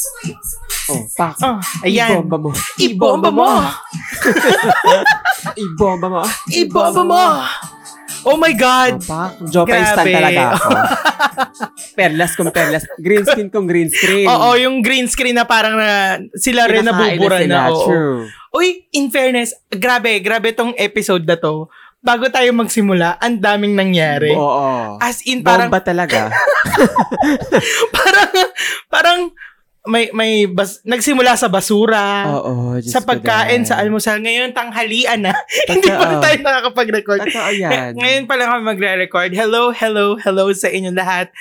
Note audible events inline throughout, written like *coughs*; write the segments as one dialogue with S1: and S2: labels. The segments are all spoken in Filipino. S1: *laughs*
S2: Oh, pak.
S1: Oh, ayan.
S2: Ibomba mo.
S1: Ibomba mo!
S2: Ibomba mo.
S1: Ibomba mo! Oh my
S2: Oh,
S1: God!
S2: pak. Jopa
S1: Grabe.
S2: instant
S1: *laughs*
S2: talaga ako. perlas kong perlas. Green skin kong green screen.
S1: Oo, yung green screen na parang na, sila rin
S2: Kinakain
S1: nabubura
S2: sila.
S1: na. oo.
S2: True.
S1: Uy, in fairness, grabe, grabe tong episode na to. Bago tayo magsimula, ang daming nangyari.
S2: Oo.
S1: As in, parang,
S2: Bomba
S1: *laughs*
S2: talaga.
S1: parang, parang, may, may, bas, nagsimula sa basura,
S2: Oo. Oh, Diyos
S1: sa
S2: ko
S1: pagkain,
S2: dahil.
S1: sa almusal. Ngayon, tanghalian na. *laughs* Hindi pa
S2: Totoo.
S1: tayo nakakapag-record. *laughs*
S2: Totoo
S1: Ngay-
S2: yan.
S1: Ngayon pa lang kami magre-record. Hello, hello, hello sa inyo lahat.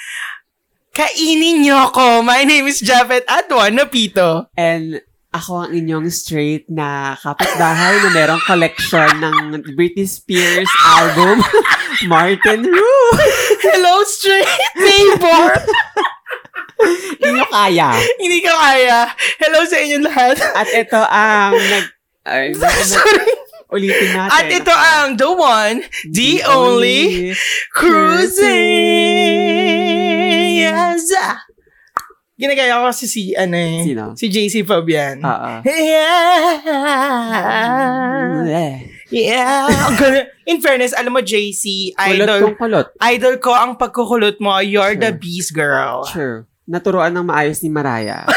S1: Kainin niyo ako. My name is Japet at Juan Napito.
S2: And ako ang inyong straight na kapitbahay na merong collection ng Britney Spears album, *laughs* Martin Rue.
S1: Hello, straight neighbor.
S2: Hindi nyo kaya.
S1: *laughs* Hindi ko kaya. Hello sa inyo lahat.
S2: At ito ang nag...
S1: *laughs*
S2: Ay,
S1: Sorry.
S2: ulitin natin.
S1: At ito ang the one, the only, cruising. Yes. Ginagaya ko kasi si, ano eh,
S2: Sino?
S1: si JC Fabian.
S2: Oo.
S1: Yeah. Yeah. *laughs* Ang galing. In fairness, alam mo, JC,
S2: Kulot
S1: idol,
S2: kong kulot.
S1: idol ko ang pagkukulot mo. You're the beast, girl.
S2: Sure. Naturoan ng maayos ni Maraya.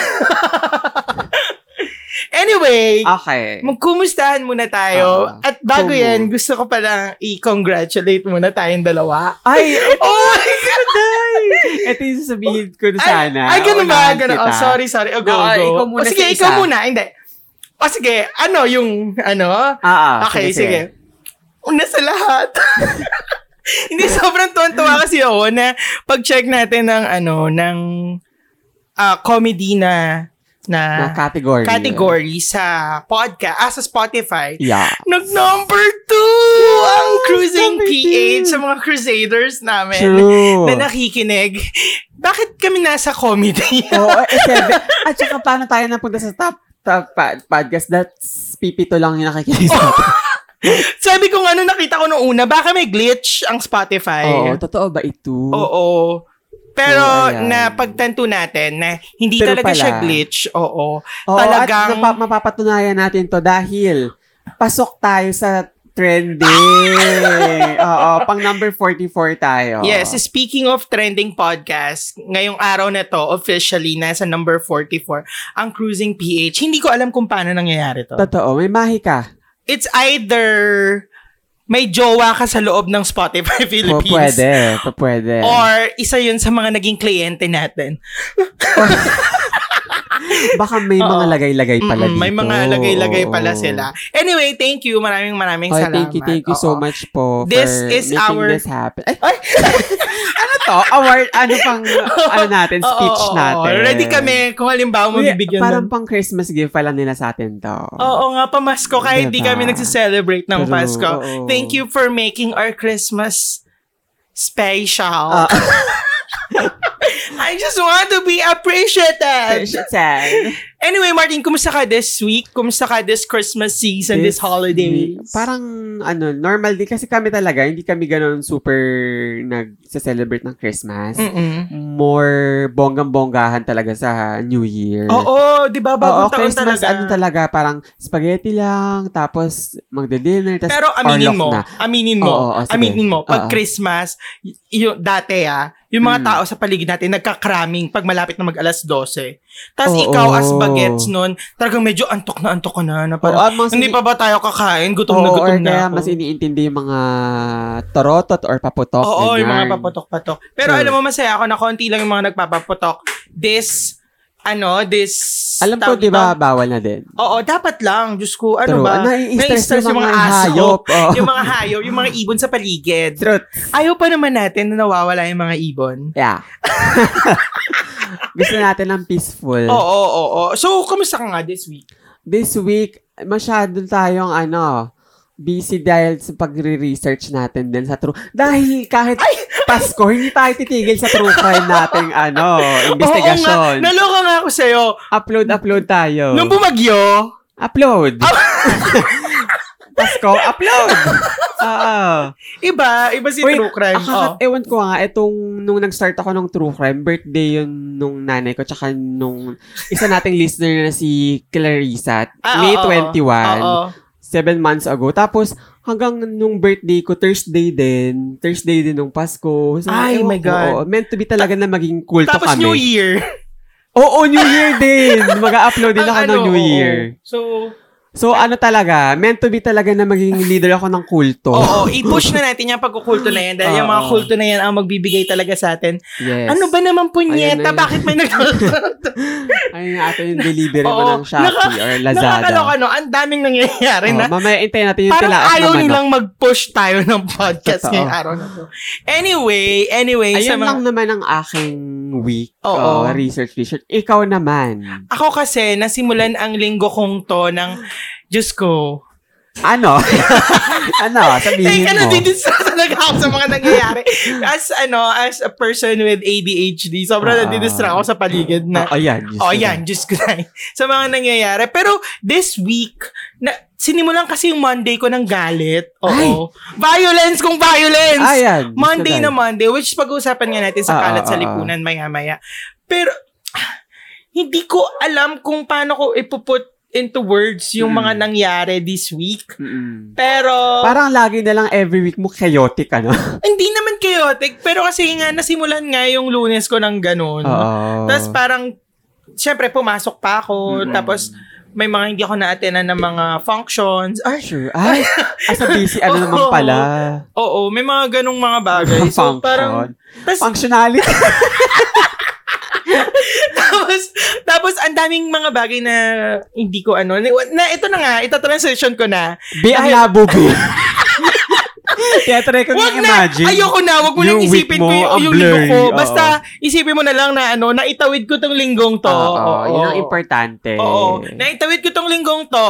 S1: Anyway,
S2: Okay.
S1: magkumustahan muna tayo.
S2: Ah,
S1: At bago
S2: kumu.
S1: yan, gusto ko palang i-congratulate muna tayong dalawa. *laughs*
S2: Ay, ito,
S1: Oh my God!
S2: *laughs* ito yung sasabihin ko na
S1: Ay,
S2: sana.
S1: Ay, ganun ba?
S2: Unahan
S1: Ganun.
S2: kita.
S1: Oh, sorry, sorry. Oh, go,
S2: No,
S1: go.
S2: ikaw muna
S1: O, sige,
S2: sa
S1: ikaw
S2: isa.
S1: muna. Hindi. O, sige. Ano yung, ano?
S2: Ah, ah,
S1: okay, sige. Una sa lahat. *laughs* Hindi, sobrang tuwan-tuwa kasi ako na pag-check natin ng, ano, ng ah, comedy na,
S2: Na
S1: na
S2: category.
S1: category sa podcast, ah, sa Spotify.
S2: Yeah.
S1: Nag-number two ang Cruising
S2: number two.
S1: PH sa mga Crusaders namin
S2: True.
S1: na nakikinig. Bakit kami nasa comedy? *laughs*
S2: Oo, eh, seven. At saka paano tayo napunta sa top, top pa- podcast? That's pipito lang yung nakikinig sa atin.
S1: Sabi ko nga nung nakita ko nung una, baka may glitch ang Spotify.
S2: Oo, totoo ba ito?
S1: Oo. Pero
S2: Oo, ayan.
S1: napagtanto natin na hindi
S2: Pero
S1: talaga siya
S2: pala.
S1: glitch. Oo.
S2: Oo, at
S1: talagang-
S2: napa- mapapatunayan natin to dahil pasok tayo sa
S1: *laughs*
S2: trending. Oo, pang number 44 tayo.
S1: Yes, speaking of trending podcast, ngayong araw na to, officially, nasa number 44, ang Cruising PH. Hindi ko alam kung paano nangyayari to.
S2: Totoo, may mahi ka.
S1: It's either may jowa ka sa loob ng Spotify
S2: Po,
S1: Philippines.
S2: Oh, pwede, po, pwede.
S1: Or isa yun sa mga naging kliyente natin.
S2: Baka may
S1: Oo.
S2: mga lagay-lagay pala
S1: Mm-mm,
S2: dito.
S1: Mm, may mga lagay-lagay
S2: Oo.
S1: pala sila. Anyway, thank you. Maraming maraming
S2: Ay,
S1: salamat.
S2: thank you, thank you so
S1: Oo.
S2: much po
S1: This
S2: for
S1: is
S2: making
S1: our-
S2: this happen. Ay, *laughs* ano to? Award, ano
S1: *laughs*
S2: pang, ano natin,
S1: Oo,
S2: speech
S1: oo, oo.
S2: natin.
S1: Ready kami kung halimbawa
S2: Uy,
S1: mabibigyan
S2: parang
S1: ng...
S2: pang Christmas gift pala nila sa atin to.
S1: Oo nga, pamasko kahit di
S2: Diba?
S1: kami nagse-celebrate ng
S2: True,
S1: Pasko.
S2: oo.
S1: Thank you for making our Christmas
S2: Ah.
S1: special. *laughs* I just want to be appreciated.
S2: Christian.
S1: Anyway, Martin, kumusta ka this week? Kumusta ka this Christmas season, this, holiday?
S2: week, Parang, ano, normal din. Kasi kami talaga, hindi kami ganun super nag-celebrate ng Christmas.
S1: Mm-mm.
S2: More bonggang-bonggahan talaga sa New Year.
S1: Oo, di ba?
S2: Oo,
S1: Bagong taon
S2: Christmas,
S1: talaga.
S2: ano talaga, parang spaghetti lang, tapos magde-dinner, tapos
S1: Pero aminin
S2: orlock
S1: mo,
S2: na.
S1: aminin mo,
S2: Oo, oo, sige.
S1: aminin mo,
S2: Oo.
S1: pag Christmas, y- yung dati ah, yung mga
S2: Mm.
S1: tao sa paligid natin nagka-cramming pag malapit na mag alas 12. Tapos
S2: Oo.
S1: ikaw as bagets nun, talagang medyo antok na antok ka na,
S2: Oo,
S1: na parang,
S2: at mga
S1: hindi
S2: sini-
S1: pa ba tayo kakain? Gutom
S2: Oo,
S1: na gutom
S2: or
S1: na
S2: kaya
S1: ako.
S2: mas iniintindi yung mga tarotot or paputok.
S1: Oo, yung mga
S2: ganyan.
S1: paputok-patok.
S2: Sure.
S1: Pero alam mo, masaya ako na konti lang yung mga nagpapaputok. This, ano, this...
S2: Alam ko,
S1: tawag
S2: di ba,
S1: ito?
S2: bawal na din.
S1: Oo, dapat lang. Diyos ko, ano
S2: True.
S1: ba?
S2: Nai-stress
S1: Nai-stress
S2: yung mga
S1: aso.
S2: hayop. Oh.
S1: *laughs* Yung mga hayop, yung mga ibon sa paligid.
S2: Truth.
S1: Ayaw pa naman natin na nawawala yung mga ibon.
S2: Yeah. *laughs* Gusto natin ng peaceful.
S1: Oo, oo, oo. oo. So, kamusta ka nga this week?
S2: This week, masyado tayong ano, busy dahil sa pagre-research natin din sa true. Dahil kahit Pasko, hindi tayo titigil sa true crime nating
S1: *laughs*
S2: ano,
S1: Oo nga,
S2: investigation.
S1: naloka nga ako sa'yo.
S2: Oh. Upload, upload tayo.
S1: Ah! Nung bumagyo,
S2: Upload. *laughs* Pasko, upload! Oo.
S1: Iba, iba si
S2: Uy,
S1: true crime.
S2: Akakat,
S1: Oh.
S2: ewan ko nga, etong, nung nag-start ako ng true crime, birthday yun nung nanay ko, tsaka nung isa nating listener na si Clarissa,
S1: Ah,
S2: May
S1: oo,
S2: 21,
S1: Oo.
S2: seven months ago. Tapos, hanggang nung birthday ko, Thursday din, Thursday din nung Pasko. So,
S1: Ay,
S2: ewan
S1: my
S2: ko,
S1: God.
S2: oo. meant to be talaga na maging kulto
S1: Tapos
S2: kami.
S1: New Year.
S2: Oo, New Year
S1: *laughs*
S2: din! Mag-upload din
S1: Ang
S2: ako ng
S1: ano,
S2: New
S1: oo.
S2: Year.
S1: So,
S2: So, ano talaga, meant to be talaga na maging leader ako ng kulto.
S1: oo, i-push na natin yung pagkukulto na yan. Dahil yung
S2: Oh.
S1: mga
S2: Oo.
S1: kulto na yan ang magbibigay talaga sa atin.
S2: Yes.
S1: Ano ba
S2: Ayun na
S1: naman punyeta?
S2: yun.
S1: Bakit
S2: *laughs*
S1: may nag-
S2: Ayun nga ato yung delivery mo
S1: Oo.
S2: ng Shopee or Lazada.
S1: Nakakaloka, no? Ang daming nangyayari
S2: Oo,
S1: na
S2: mamaya intayin natin yung
S1: parang
S2: tilaas
S1: ayaw
S2: naman.
S1: nilang mag-push tayo ng podcast
S2: Totoo.
S1: ngayong araw na to. Anyway, anyway,
S2: Ayun
S1: sa mga-
S2: lang naman ang aking week
S1: Oo.
S2: uh, research research. Ikaw naman.
S1: Ako kasi, nasimulan ang linggo kong to ng, Diyos ko,
S2: Ano? *laughs* ano? Sabihin
S1: Teka,
S2: mo.
S1: nadidistress talaga ako sa mga nangyayari. As ano, as a person with ADHD, sobrang
S2: Ah.
S1: nadidistress ako sa paligid na,
S2: Ah, ayan. Diyos
S1: oh,
S2: ko.
S1: yan, Diyos ko na. *laughs* sa mga nangyayari. Pero this week, na, sinimulan kasi yung Monday ko ng galit. Oo. Violence kung violence!
S2: Ah, yan. Diyos ko
S1: Monday
S2: dahil.
S1: na Monday, which pag-uusapan nga natin sa
S2: Ah,
S1: kalat
S2: ah,
S1: sa
S2: ah,
S1: lipunan maya-maya. Pero, *sighs* ah, hindi ko alam kung paano ko ipuput into words yung
S2: Mm.
S1: mga nangyari this week.
S2: Mm-mm.
S1: Pero,
S2: Parang lagi na lang every week mo chaotic, ano?
S1: hindi naman chaotic, pero kasi nga nasimulan nga yung lunes ko ng
S2: Oo.
S1: ganun. Mm. Tapos parang, syempre pumasok pa ako,
S2: Mm-mm.
S1: tapos may mga hindi ako na-attenan ng mga functions. Ay,
S2: Sure. Ay, as a busy, ano
S1: Oo.
S2: naman pala.
S1: oo, may mga ganung mga
S2: *laughs*
S1: bagay.
S2: Function.
S1: So parang, tas, *laughs*
S2: Functionality.
S1: tapos, tapos ang daming mga bagay na hindi ko ano, na, na- ito na nga, ito transition ko na.
S2: Be ang
S1: Dahil-
S2: labo, be. *laughs* Kaya try ko
S1: Wag
S2: nang
S1: na,
S2: imagine.
S1: ayoko na, wag mo nang
S2: Yung week
S1: isipin ko
S2: mo,
S1: yung,
S2: ang
S1: yung linggo
S2: blurry,
S1: ko.
S2: oo.
S1: Basta, isipin mo na lang na ano, naitawid ko tong linggong to.
S2: Oo,
S1: Oo,
S2: yun ang
S1: oo.
S2: importante.
S1: Oo. Naitawid ko tong linggong to.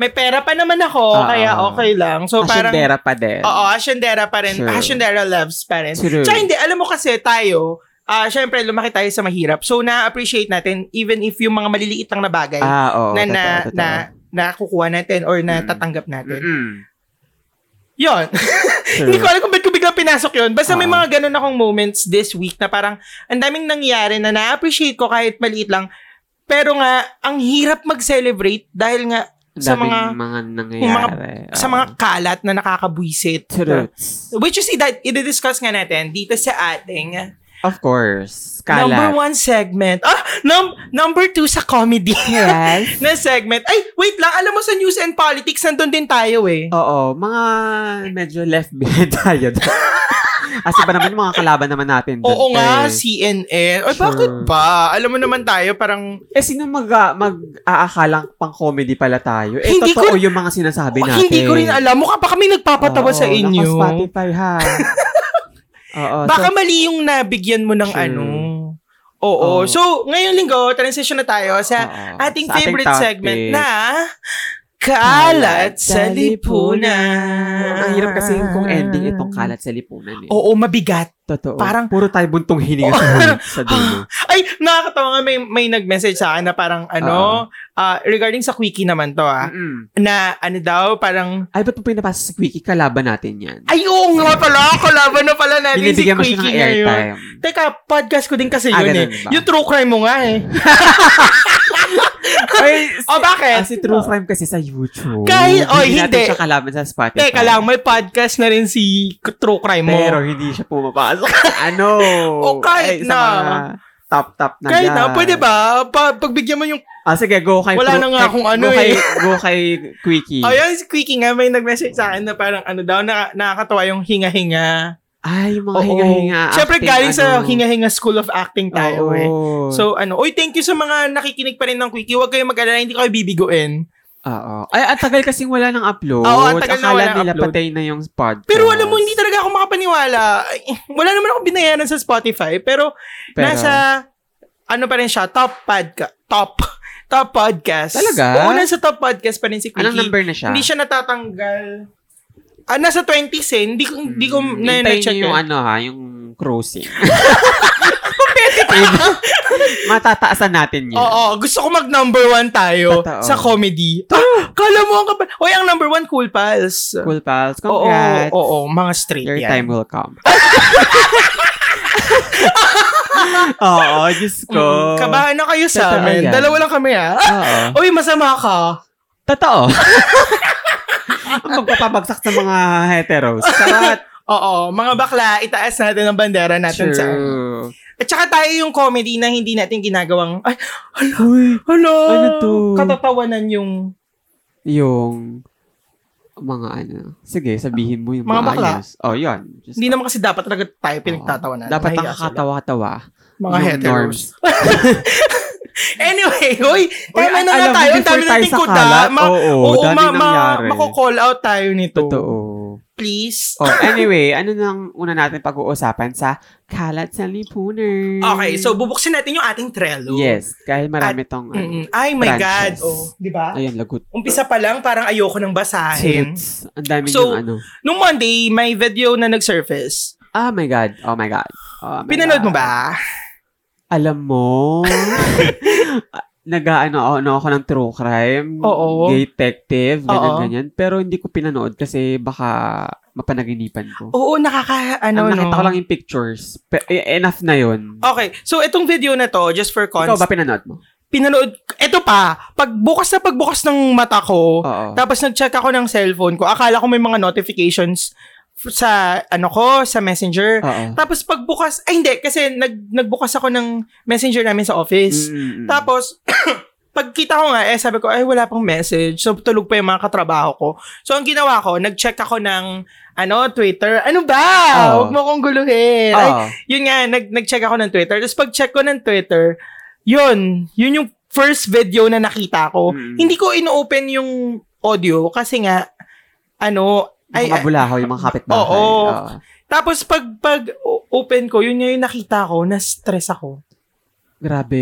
S1: May pera pa naman ako,
S2: Oo.
S1: kaya okay lang. So parang
S2: Asyendera pa din.
S1: Oo, asyendera pa rin.
S2: Sure.
S1: Asyendera loves pa rin.
S2: Sure.
S1: Tsaka hindi, alam mo kasi tayo, ah syempre lumaki tayo sa mahirap. So na-appreciate natin even if yung mga maliliit lang na bagay
S2: Ah, oo.
S1: na, na,
S2: totoo, totoo.
S1: na nakukuha natin or natatanggap natin.
S2: Mm-mm.
S1: Yon.
S2: Sure.
S1: *laughs* Hindi ko alam kung ba't ko biglang pinasok yun. Basta may
S2: Oo.
S1: mga ganun akong moments this week na parang ang daming nangyari na na-appreciate ko kahit maliit lang. Pero nga, ang hirap mag-celebrate dahil nga
S2: Ang
S1: sa
S2: daming
S1: mga
S2: mga nangyayari. Oh.
S1: sa
S2: Oo.
S1: mga kalat na nakakabwisit.
S2: True.
S1: Which is, ida- i-discuss nga natin dito sa ating
S2: Of course.
S1: number
S2: Kalat.
S1: one segment. Ah, num- number two sa comedy *laughs*
S2: Yes.
S1: na segment. Ay, wait lang. Alam mo sa news and politics, nandun din tayo eh.
S2: Oo, mga medyo left behind *laughs* tayo. doon. Kasi ba naman yung mga kalaban naman natin? doon,
S1: Oo nga,
S2: eh.
S1: CNN. Ay,
S2: Sure.
S1: bakit ba? Alam mo naman tayo, parang
S2: Eh, sino mag, ah, mag-aakalang pang comedy pala tayo? Eh,
S1: Hindi ko-
S2: totoo yung mga sinasabi
S1: Oh,
S2: natin.
S1: hindi ko rin alam. Mukha pa kami nagpapatawa
S2: Oo,
S1: sa inyo.
S2: Naka-Spotify,
S1: *laughs*
S2: ha? Oo.
S1: Baka mali yung nabigyan mo ng
S2: Sure.
S1: ano.
S2: Oo.
S1: Oo. So, ngayong linggo, transition na tayo sa
S2: Oo,
S1: ating
S2: sa ating
S1: favorite
S2: topic.
S1: segment na Kalat sa Lipunan.
S2: Ang hirap kasi yung kung ending itong kalat sa lipunan eh.
S1: Oo, mabigat.
S2: Totoo.
S1: Mm. Oh, parang- Oh.
S2: Puro tayo buntong hininga
S1: *laughs* Oo,
S2: sa huli, sa dulo.
S1: Ay, nakakatawa nga may, may nag-message sa akin na parang ano, ah, regarding sa quickie naman to ah,
S2: Mm-mm.
S1: na ano daw, parang,
S2: Ay, ba't mo pinapasa sa quickie? Kalaban natin yan.
S1: ay oo nga pala, kalaban na pala natin si
S2: Binibigyan mo siya
S1: quickie
S2: ng
S1: ngayon.
S2: airtime.
S1: Teka, podcast ko din kasi
S2: Ah,
S1: yun eh.
S2: ganun ba?
S1: Yung true crime mo nga
S2: *laughs*
S1: eh.
S2: Ay, si,
S1: Oh, bakit?
S2: *laughs* ah, si True Crime kasi sa YouTube.
S1: Kahit- oy,
S2: natin
S1: oh, hindi.
S2: siya kalaban sa Spotify.
S1: Teka lang, may podcast na rin si k- True Crime mo.
S2: Pero hindi siya
S1: *laughs*
S2: pumapasok. ano?
S1: O, kahit
S2: Ay, sa
S1: na.
S2: mga Top-top na
S1: Kahit na,
S2: yan.
S1: pwede ba? Pa- pagbigyan mo yung...
S2: Ah, sige, go kay
S1: Wala
S2: True-
S1: na nga
S2: kay-
S1: akong ano
S2: go kay,
S1: eh.
S2: Go kay Quickie.
S1: Ayun, si Quickie nga, may nag-message sa akin na parang ano daw, na, nakakatawa yung hinga-hinga.
S2: Ay, mga
S1: Oo.
S2: Oh, hinga-hinga.
S1: Siyempre,
S2: acting,
S1: galing sa
S2: ano.
S1: hinga-hinga school of acting tayo
S2: Oo.
S1: eh. So, ano, oy, thank you sa mga nakikinig pa rin ng Quickie. Huwag kayong mag-alala, hindi kayo bibiguin.
S2: Oo. Ay, ang tagal kasing wala ng upload.
S1: Oo, ang tagal na
S2: Akala
S1: wala ng
S2: nila
S1: upload.
S2: patay na yung podcast.
S1: Pero alam mo, hindi talaga ako makapaniwala. Ay, Wala naman ako binayaran sa Spotify, pero,
S2: Pero-
S1: nasa, ano pa rin siya, top podcast. Top. *laughs* Top podcast.
S2: Talaga?
S1: Oo, nasa top podcast pa rin si Quickie.
S2: Anong number na siya?
S1: Hindi siya natatanggal. Ah, nasa 20s eh. Hindi ko, hindi ko na,
S2: Hmm, Hintayin ano
S1: eh. na-check *laughs*
S2: niyo yung
S1: yun. *laughs*
S2: ano ha, yung cruising. Matataasan natin yun.
S1: Oo, gusto ko mag number one tayo
S2: Totoo.
S1: sa comedy. Ah, kala mo ang kapal. Hoy, ang number one, Cool Pals.
S2: Cool pals,
S1: Oo,
S2: congrats.
S1: oo, oo, mga straight
S2: Your
S1: yan.
S2: time will
S1: *laughs*
S2: come. *laughs* Oo, Diyos ko.
S1: Mm, kabahan na kayo sa
S2: Totoo
S1: amin.
S2: yan.
S1: Dalawa lang kami ah.
S2: Oo.
S1: Uy, masama ka. *laughs*
S2: Totoo. Ang pagpapabagsak sa mga heteros. Charot.
S1: *laughs* Oo, mga bakla, itaas natin ang bandera natin sa... ano.
S2: True.
S1: At saka tayo yung comedy na hindi natin ginagawang, ay,
S2: Uy,
S1: hello,
S2: Ano to?
S1: katatawanan yung...
S2: yung mga ano. Sige, sabihin mo yung
S1: Mga
S2: mga,
S1: bakla.
S2: ayos. Oh, yun. Just,
S1: Hindi naman kasi dapat talaga tayo
S2: Oo.
S1: pinagtatawanan.
S2: Dapat
S1: Mahiya
S2: ang
S1: sila.
S2: kakatawa-tawa.
S1: Mga
S2: yung
S1: heteros.
S2: norms.
S1: Anyway, hoy, tama
S2: Uy,
S1: ano na nga
S2: alam mo,
S1: tayo. Ang
S2: before tayo
S1: dami nating
S2: sa
S1: kuda.
S2: kalat,
S1: Ma-
S2: oo, dami nangyari.
S1: Mako-call out tayo nito.
S2: Totoo.
S1: Please.
S2: Oh, anyway, ano nang una natin pag-uusapan sa kalat sa lipunan?
S1: Okay, so bubuksan natin yung ating Trello.
S2: Mm. Yes, dahil marami tong ano.
S1: Mm-mm. Ay, my
S2: Branches.
S1: God. Oh, di ba?
S2: Ayun, lagot.
S1: Umpisa pa lang, parang ayoko nang basahin.
S2: Tits. Ang dami
S1: So,
S2: yung ano.
S1: Nung Monday, may video na nag-surface.
S2: Ah, my God. Oh, my God. Oh, my God.
S1: Pinanood mo ba?
S2: Alam
S1: *laughs*
S2: mo, nag-ano ako, ano ako ng true crime.
S1: Oo.
S2: Detective,
S1: Oo.
S2: ganyan-ganyan. Pero hindi ko pinanood kasi baka mapanaginipan ko.
S1: Oo, nakaka...
S2: Ang
S1: Ano,
S2: nakita
S1: no?
S2: ko lang yung pictures. Pe- eh, enough na yun.
S1: Okay, so itong video na to, just for
S2: Ikaw ba
S1: context,
S2: pinanood mo?
S1: pinanood, eto pa, pagbukas na pagbukas ng mata
S2: Oo.
S1: ko, Oh, Tapos nag-check ako ng cellphone ko. Akala ko may mga notifications f- sa ano ko, sa Messenger.
S2: Oo.
S1: Tapos pagbukas, ay hindi kasi nag nagbukas ako ng Messenger namin sa
S2: Mm,
S1: office.
S2: Mm-mm.
S1: Tapos *coughs* pagkita ko nga eh sabi ko ay wala pang message. So tulog pa yung mga katrabaho ko. So ang ginawa ko, nag-check ako ng ano, Twitter. Ano ba?
S2: Oo.
S1: Huwag mo kong guluhin. Ay,
S2: Oo.
S1: yun nga, nag, nag-check ako ng Twitter. Tapos pag-check ko ng Twitter, yun, yun yung first video na nakita ko.
S2: Mm.
S1: Hindi ko ino-open yung audio kasi nga, ano, ay,
S2: Yung mga
S1: ay-
S2: bulahaw, yung mga kapitbahay.
S1: Oo. tapos pag, pag o- open ko, yun nga yung nakita ko, na-stress ako.
S2: Grabe.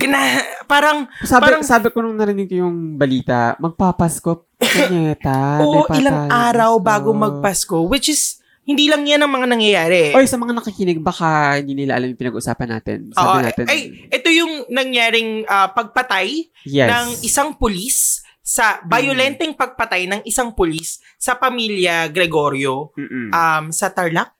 S1: Gina, parang,
S2: Sabi,
S1: parang-
S2: sabi ko nung narinig ko yung balita, magpapasko. Kanyeta.
S1: *laughs* oo, ilang araw bago magpasko, which is, hindi lang yan ang mga nangyayari.
S2: Oy, sa mga nakikinig, baka hindi nila alam yung pinag-usapan natin. Sabi
S1: Oo,
S2: natin,
S1: ay, ito yung nangyaring ah, pagpatay
S2: yes.
S1: ng isang pulis sa violenteng pagpatay ng isang pulis sa pamilya Gregorio
S2: Mm-mm.
S1: um sa Tarlac.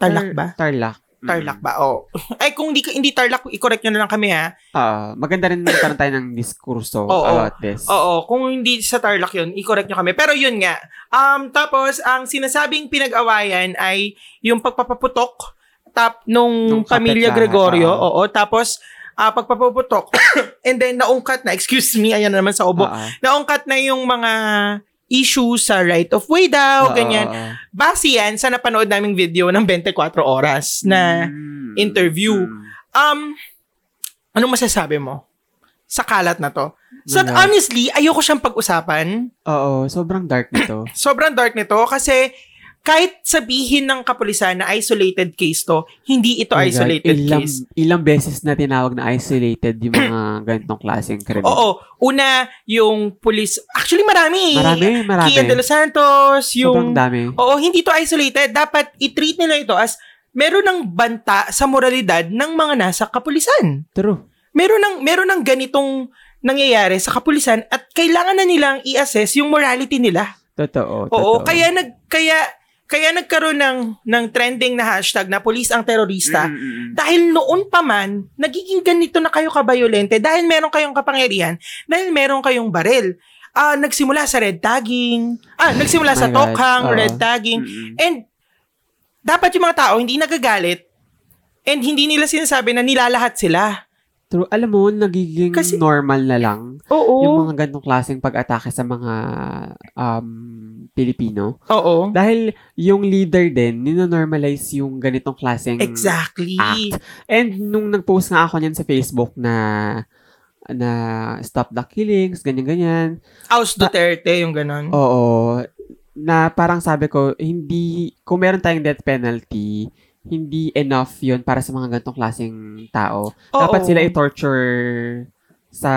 S1: Tarlac ba?
S2: Tarlac. Mm.
S1: Tarlac ba? Oo. *laughs* Ay kung hindi hindi Tarlac, i-correct nyo na lang kami ha.
S2: Ah, maganda rin magkaroon tayo ng diskurso
S1: Oo.
S2: about this.
S1: Oo, kung hindi sa Tarlac 'yun, i-correct nyo kami. Pero 'yun nga. Um tapos ang sinasabing pinag-awayan ay yung pagpapaputok tap nung
S2: Nung kapit
S1: pamilya
S2: lahat,
S1: Gregorio.
S2: oo.
S1: Oo, tapos ah, pagpapaputok *coughs* and then naungkat na, excuse me, ayan na naman sa ubo.
S2: Ah, ah.
S1: naungkat na yung mga issues sa right of way
S2: Ah.
S1: daw, ganyan. Base yan sa napanood naming video ng 24 oras na
S2: Mm.
S1: interview.
S2: Mm.
S1: um anong masasabi mo sa kalat na to? So
S2: Wala.
S1: honestly, ayoko siyang pag-usapan.
S2: Oo, sobrang dark nito.
S1: Sobrang dark nito kasi kahit sabihin ng kapulisan na isolated case *coughs* to, hindi ito
S2: Oh my God,
S1: isolated
S2: ilang,
S1: case.
S2: Ilang beses na tinawag na isolated yung mga *coughs* ganitong klaseng krimen.
S1: Oo, eh, una yung police, actually marami.
S2: Marami, marami.
S1: Kian de los Santos,
S2: Sobrang
S1: yung
S2: dami.
S1: Oo, hindi to isolated. Dapat i-treat nila ito as meron ng banta sa moralidad ng mga nasa kapulisan.
S2: True.
S1: Meron ng meron ng ganitong nangyayari sa kapulisan at kailangan na nilang i-assess yung morality nila.
S2: Totoo.
S1: Oo,
S2: totoo.
S1: kaya nag kaya kaya nagkaroon ng ng trending na hashtag na police ang terorista.
S2: Mm-mm.
S1: Dahil noon pa man, nagiging ganito na kayo kabayolente dahil meron kayong kapangyarihan, dahil meron kayong baril. Ah, nagsimula sa red tagging. Ah, nagsimula sa
S2: Oh My God,
S1: tokhang,
S2: oo.
S1: red tagging.
S2: Mm-mm.
S1: And dapat yung mga tao hindi nagagalit and hindi nila sinasabi na nilalahat sila.
S2: True. Alam mo, nagiging
S1: Kasi-
S2: normal na lang yung
S1: Oo.
S2: mga ganitong klaseng pag-atake sa mga um, Pilipino.
S1: Oo.
S2: Dahil yung leader din, ninonormalize yung ganitong klaseng
S1: Exactly.
S2: act. And nung nag-post nga ako niyan sa Facebook na na stop the killings, ganyan-ganyan,
S1: House Duterte yung ganon.
S2: Oo. Na parang sabi ko, hindi, kung meron tayong death penalty, hindi enough yun para sa mga ganitong klaseng tao.
S1: Oo.
S2: Oh, Dapat sila i-torture sa,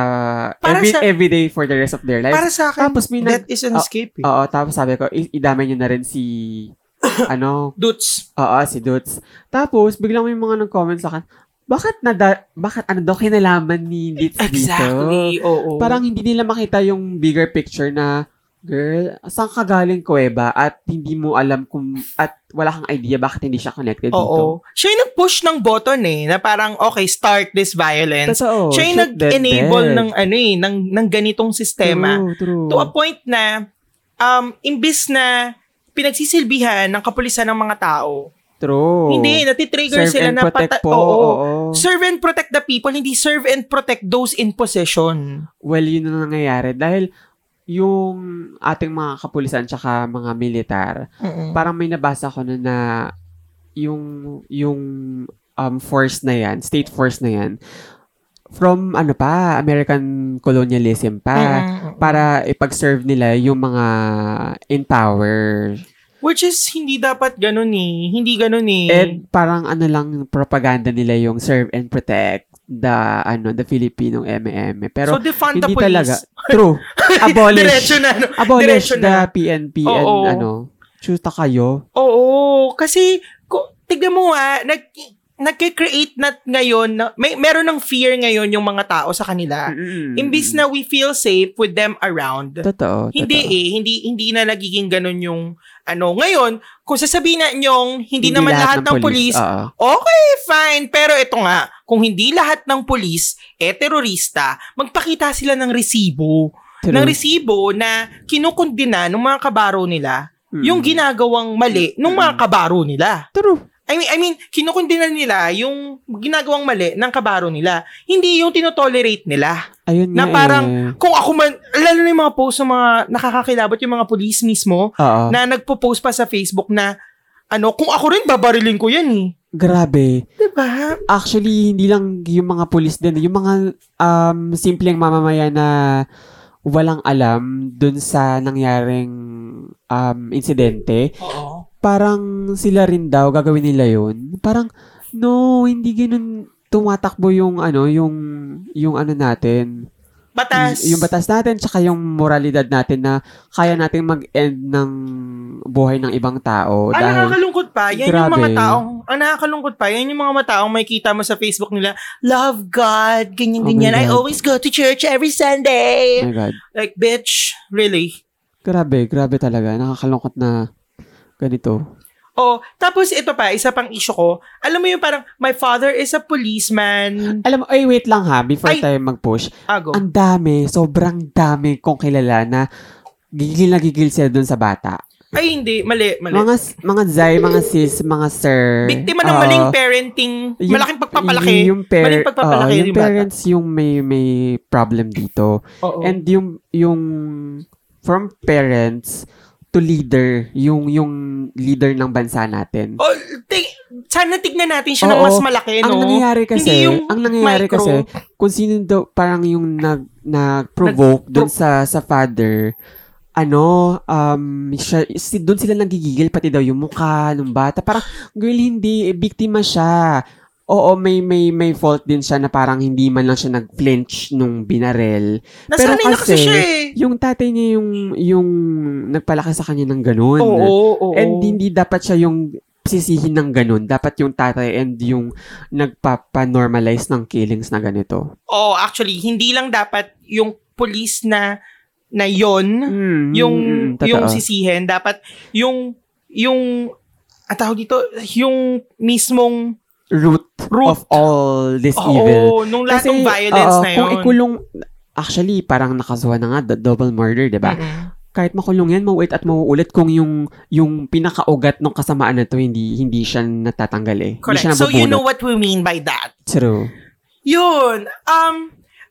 S1: Para
S2: every,
S1: sa-
S2: every day for the rest of their lives.
S1: Para sa akin,
S2: Tapos may nag-
S1: that is an
S2: Ah,
S1: escape. eh.
S2: Oo, tapos sabi ko, i- idamay nyo na rin si, ano,
S1: *coughs* Dudes.
S2: oo, si Dutz. Tapos, biglang may mga nag-comment sa akin, bakit nada, bakit ano daw kinalaman ni Litz dito?
S1: Exactly, oo.
S2: Parang hindi nila makita yung bigger picture na, girl, saan ka galing kuweba at hindi mo alam kung, at wala kang idea bakit hindi siya connected dito.
S1: Oo. Siya yung nag-push ng button eh, na parang, okay, start this violence.
S2: Totoo.
S1: siya yung
S2: shoot that
S1: nag-enable
S2: oh, dead.
S1: ng, ano eh, ng, ng ganitong sistema.
S2: True, true.
S1: To a point na, um, imbis na pinagsisilbihan ng kapulisan ng mga tao,
S2: True.
S1: hindi,
S2: Oh.
S1: natitrigger
S2: Serve
S1: sila
S2: and
S1: na
S2: protect
S1: pata-
S2: po.
S1: Oo.
S2: oo.
S1: Serve and protect the people, hindi serve and protect those in possession.
S2: Well, yun ang nangyayari. Dahil yung ating mga kapulisan tsaka mga militar,
S1: Mm-mm.
S2: parang may nabasa ko na na yung yung um force na yan, state force na yan from ano pa, American colonialism Ah, pa
S1: Mm-mm.
S2: para ipag-serve nila yung mga in power.
S1: Which is, hindi dapat ganun eh. Hindi ganun eh.
S2: And parang ano lang propaganda nila yung serve and protect the ano the Filipinong MMM.
S1: so,
S2: Pero
S1: defund
S2: hindi
S1: the
S2: talaga
S1: police. *laughs*
S2: true. Abolish.
S1: Diretso na, no?
S2: Abolish
S1: Diretso
S2: the
S1: na.
S2: PNP
S1: Oo.
S2: and ano. Chuta kayo.
S1: Oo, kasi ko, tignan mo ha, nag nagke-create na ngayon, na, may meron ng fear ngayon yung mga tao sa kanila.
S2: Mm-mm.
S1: Ah, Imbis na we feel safe with them around.
S2: Totoo.
S1: Hindi
S2: totoo.
S1: eh, hindi hindi na nagiging ganun yung ano ngayon, kung sasabihin na yung hindi, naman lahat, ng
S2: police,
S1: police,
S2: oo.
S1: okay, fine, pero ito nga, kung hindi lahat ng police eh terorista, magpakita sila ng resibo,
S2: True.
S1: ng resibo na kinukundina ng mga kabaro nila
S2: Mm.
S1: yung ginagawang mali ng mga kabaro nila.
S2: True.
S1: I mean, I mean, kinukundina nila yung ginagawang mali ng kabaro nila. Hindi yung tinotolerate nila.
S2: Ayun
S1: Na
S2: nga
S1: parang,
S2: eh.
S1: kung ako man, lalo na yung mga post ng mga nakakakilabot, yung mga police mismo,
S2: Oo.
S1: na nagpo-post pa sa Facebook na, ano, kung ako rin, babariling ko yan eh.
S2: grabe.
S1: Diba?
S2: Actually, hindi lang yung mga police din. Yung mga um, simpleng mamamaya na walang alam dun sa nangyaring um, insidente,
S1: Oo.
S2: parang sila rin daw gagawin nila yun. Parang, no, hindi ganun tumatakbo yung ano, yung, yung ano natin,
S1: Batas.
S2: Y- yung batas natin tsaka yung moralidad natin na kaya nating mag-end ng buhay ng ibang tao
S1: Ang
S2: dahil
S1: Ah, nakakalungkot pa, yan yung
S2: Grabe.
S1: mga taong, ang nakakalungkot pa, yan yung mga taong may kita mo sa Facebook nila, love God,
S2: Oh
S1: ganyan-ganyan,
S2: my
S1: I
S2: God.
S1: always go to church every Sunday.
S2: my god
S1: Like, bitch, really?
S2: grabe grabe talaga nakakalungkot na ganito
S1: Oh, tapos ito pa, isa pang issue ko. Alam mo yung parang, my father is a policeman. Ah,
S2: alam mo ay wait lang ha before
S1: Ay.
S2: tayo mag-push
S1: Ago.
S2: ang dami sobrang dami kong kilala na gigil na gigil sila dun sa bata
S1: Ay, hindi. Mali, mali.
S2: mga s- mga zay mga sis mga sir
S1: Biktima ng
S2: Oo.
S1: maling parenting.
S2: Yung-
S1: malaking pagpapalaki.
S2: yung par-
S1: maling pagpapalaki
S2: oo,
S1: yung
S2: yung
S1: bata.
S2: parents yung may may problem dito
S1: Oo.
S2: And yung yung from parents to leader, yung yung leader ng bansa natin.
S1: oh, ti- sana tignan natin siya ng
S2: Oo.
S1: mas malaki, no?
S2: ang nangyayari kasi,
S1: Hindi yung
S2: ang nangyayari
S1: micro.
S2: kasi kung sino daw parang yung nag nag-provoke
S1: Nag-
S2: dun sa sa father ano, um, siya, si, doon sila nagigigil, pati daw yung mukha ng bata. Parang, girl, hindi, eh, biktima siya. Oo, may, may, may fault din siya na parang hindi man lang siya nag-flinch nung binarel.
S1: Nasanay na kasi siya eh.
S2: yung tatay niya yung yung nagpalaki sa kanya ng ganun.
S1: Oo, oo, oo.
S2: And hindi dapat siya yung sisihin ng ganun. Dapat yung tatay and yung nagpapa-normalize ng killings na ganito.
S1: Oh, actually, hindi lang dapat yung police na na yon
S2: Mm,
S1: yung
S2: mm, mm,
S1: yung
S2: totoo.
S1: sisihin dapat yung yung ang tawag dito yung mismong
S2: root,
S1: root.
S2: of all this evil.
S1: oo nung lahat ng violence
S2: oo,
S1: na yun
S2: Kung ikulong, actually, parang nakasuhan na nga, do- double murder, di ba?
S1: Mm-mm.
S2: Kahit makulong yan, mauwit at mauulit kung yung, yung pinakaugat ng kasamaan na to, hindi, hindi siya natatanggal eh. Hindi siya
S1: correct so
S2: nabubunot.
S1: you know what we mean by that
S2: True.
S1: yun um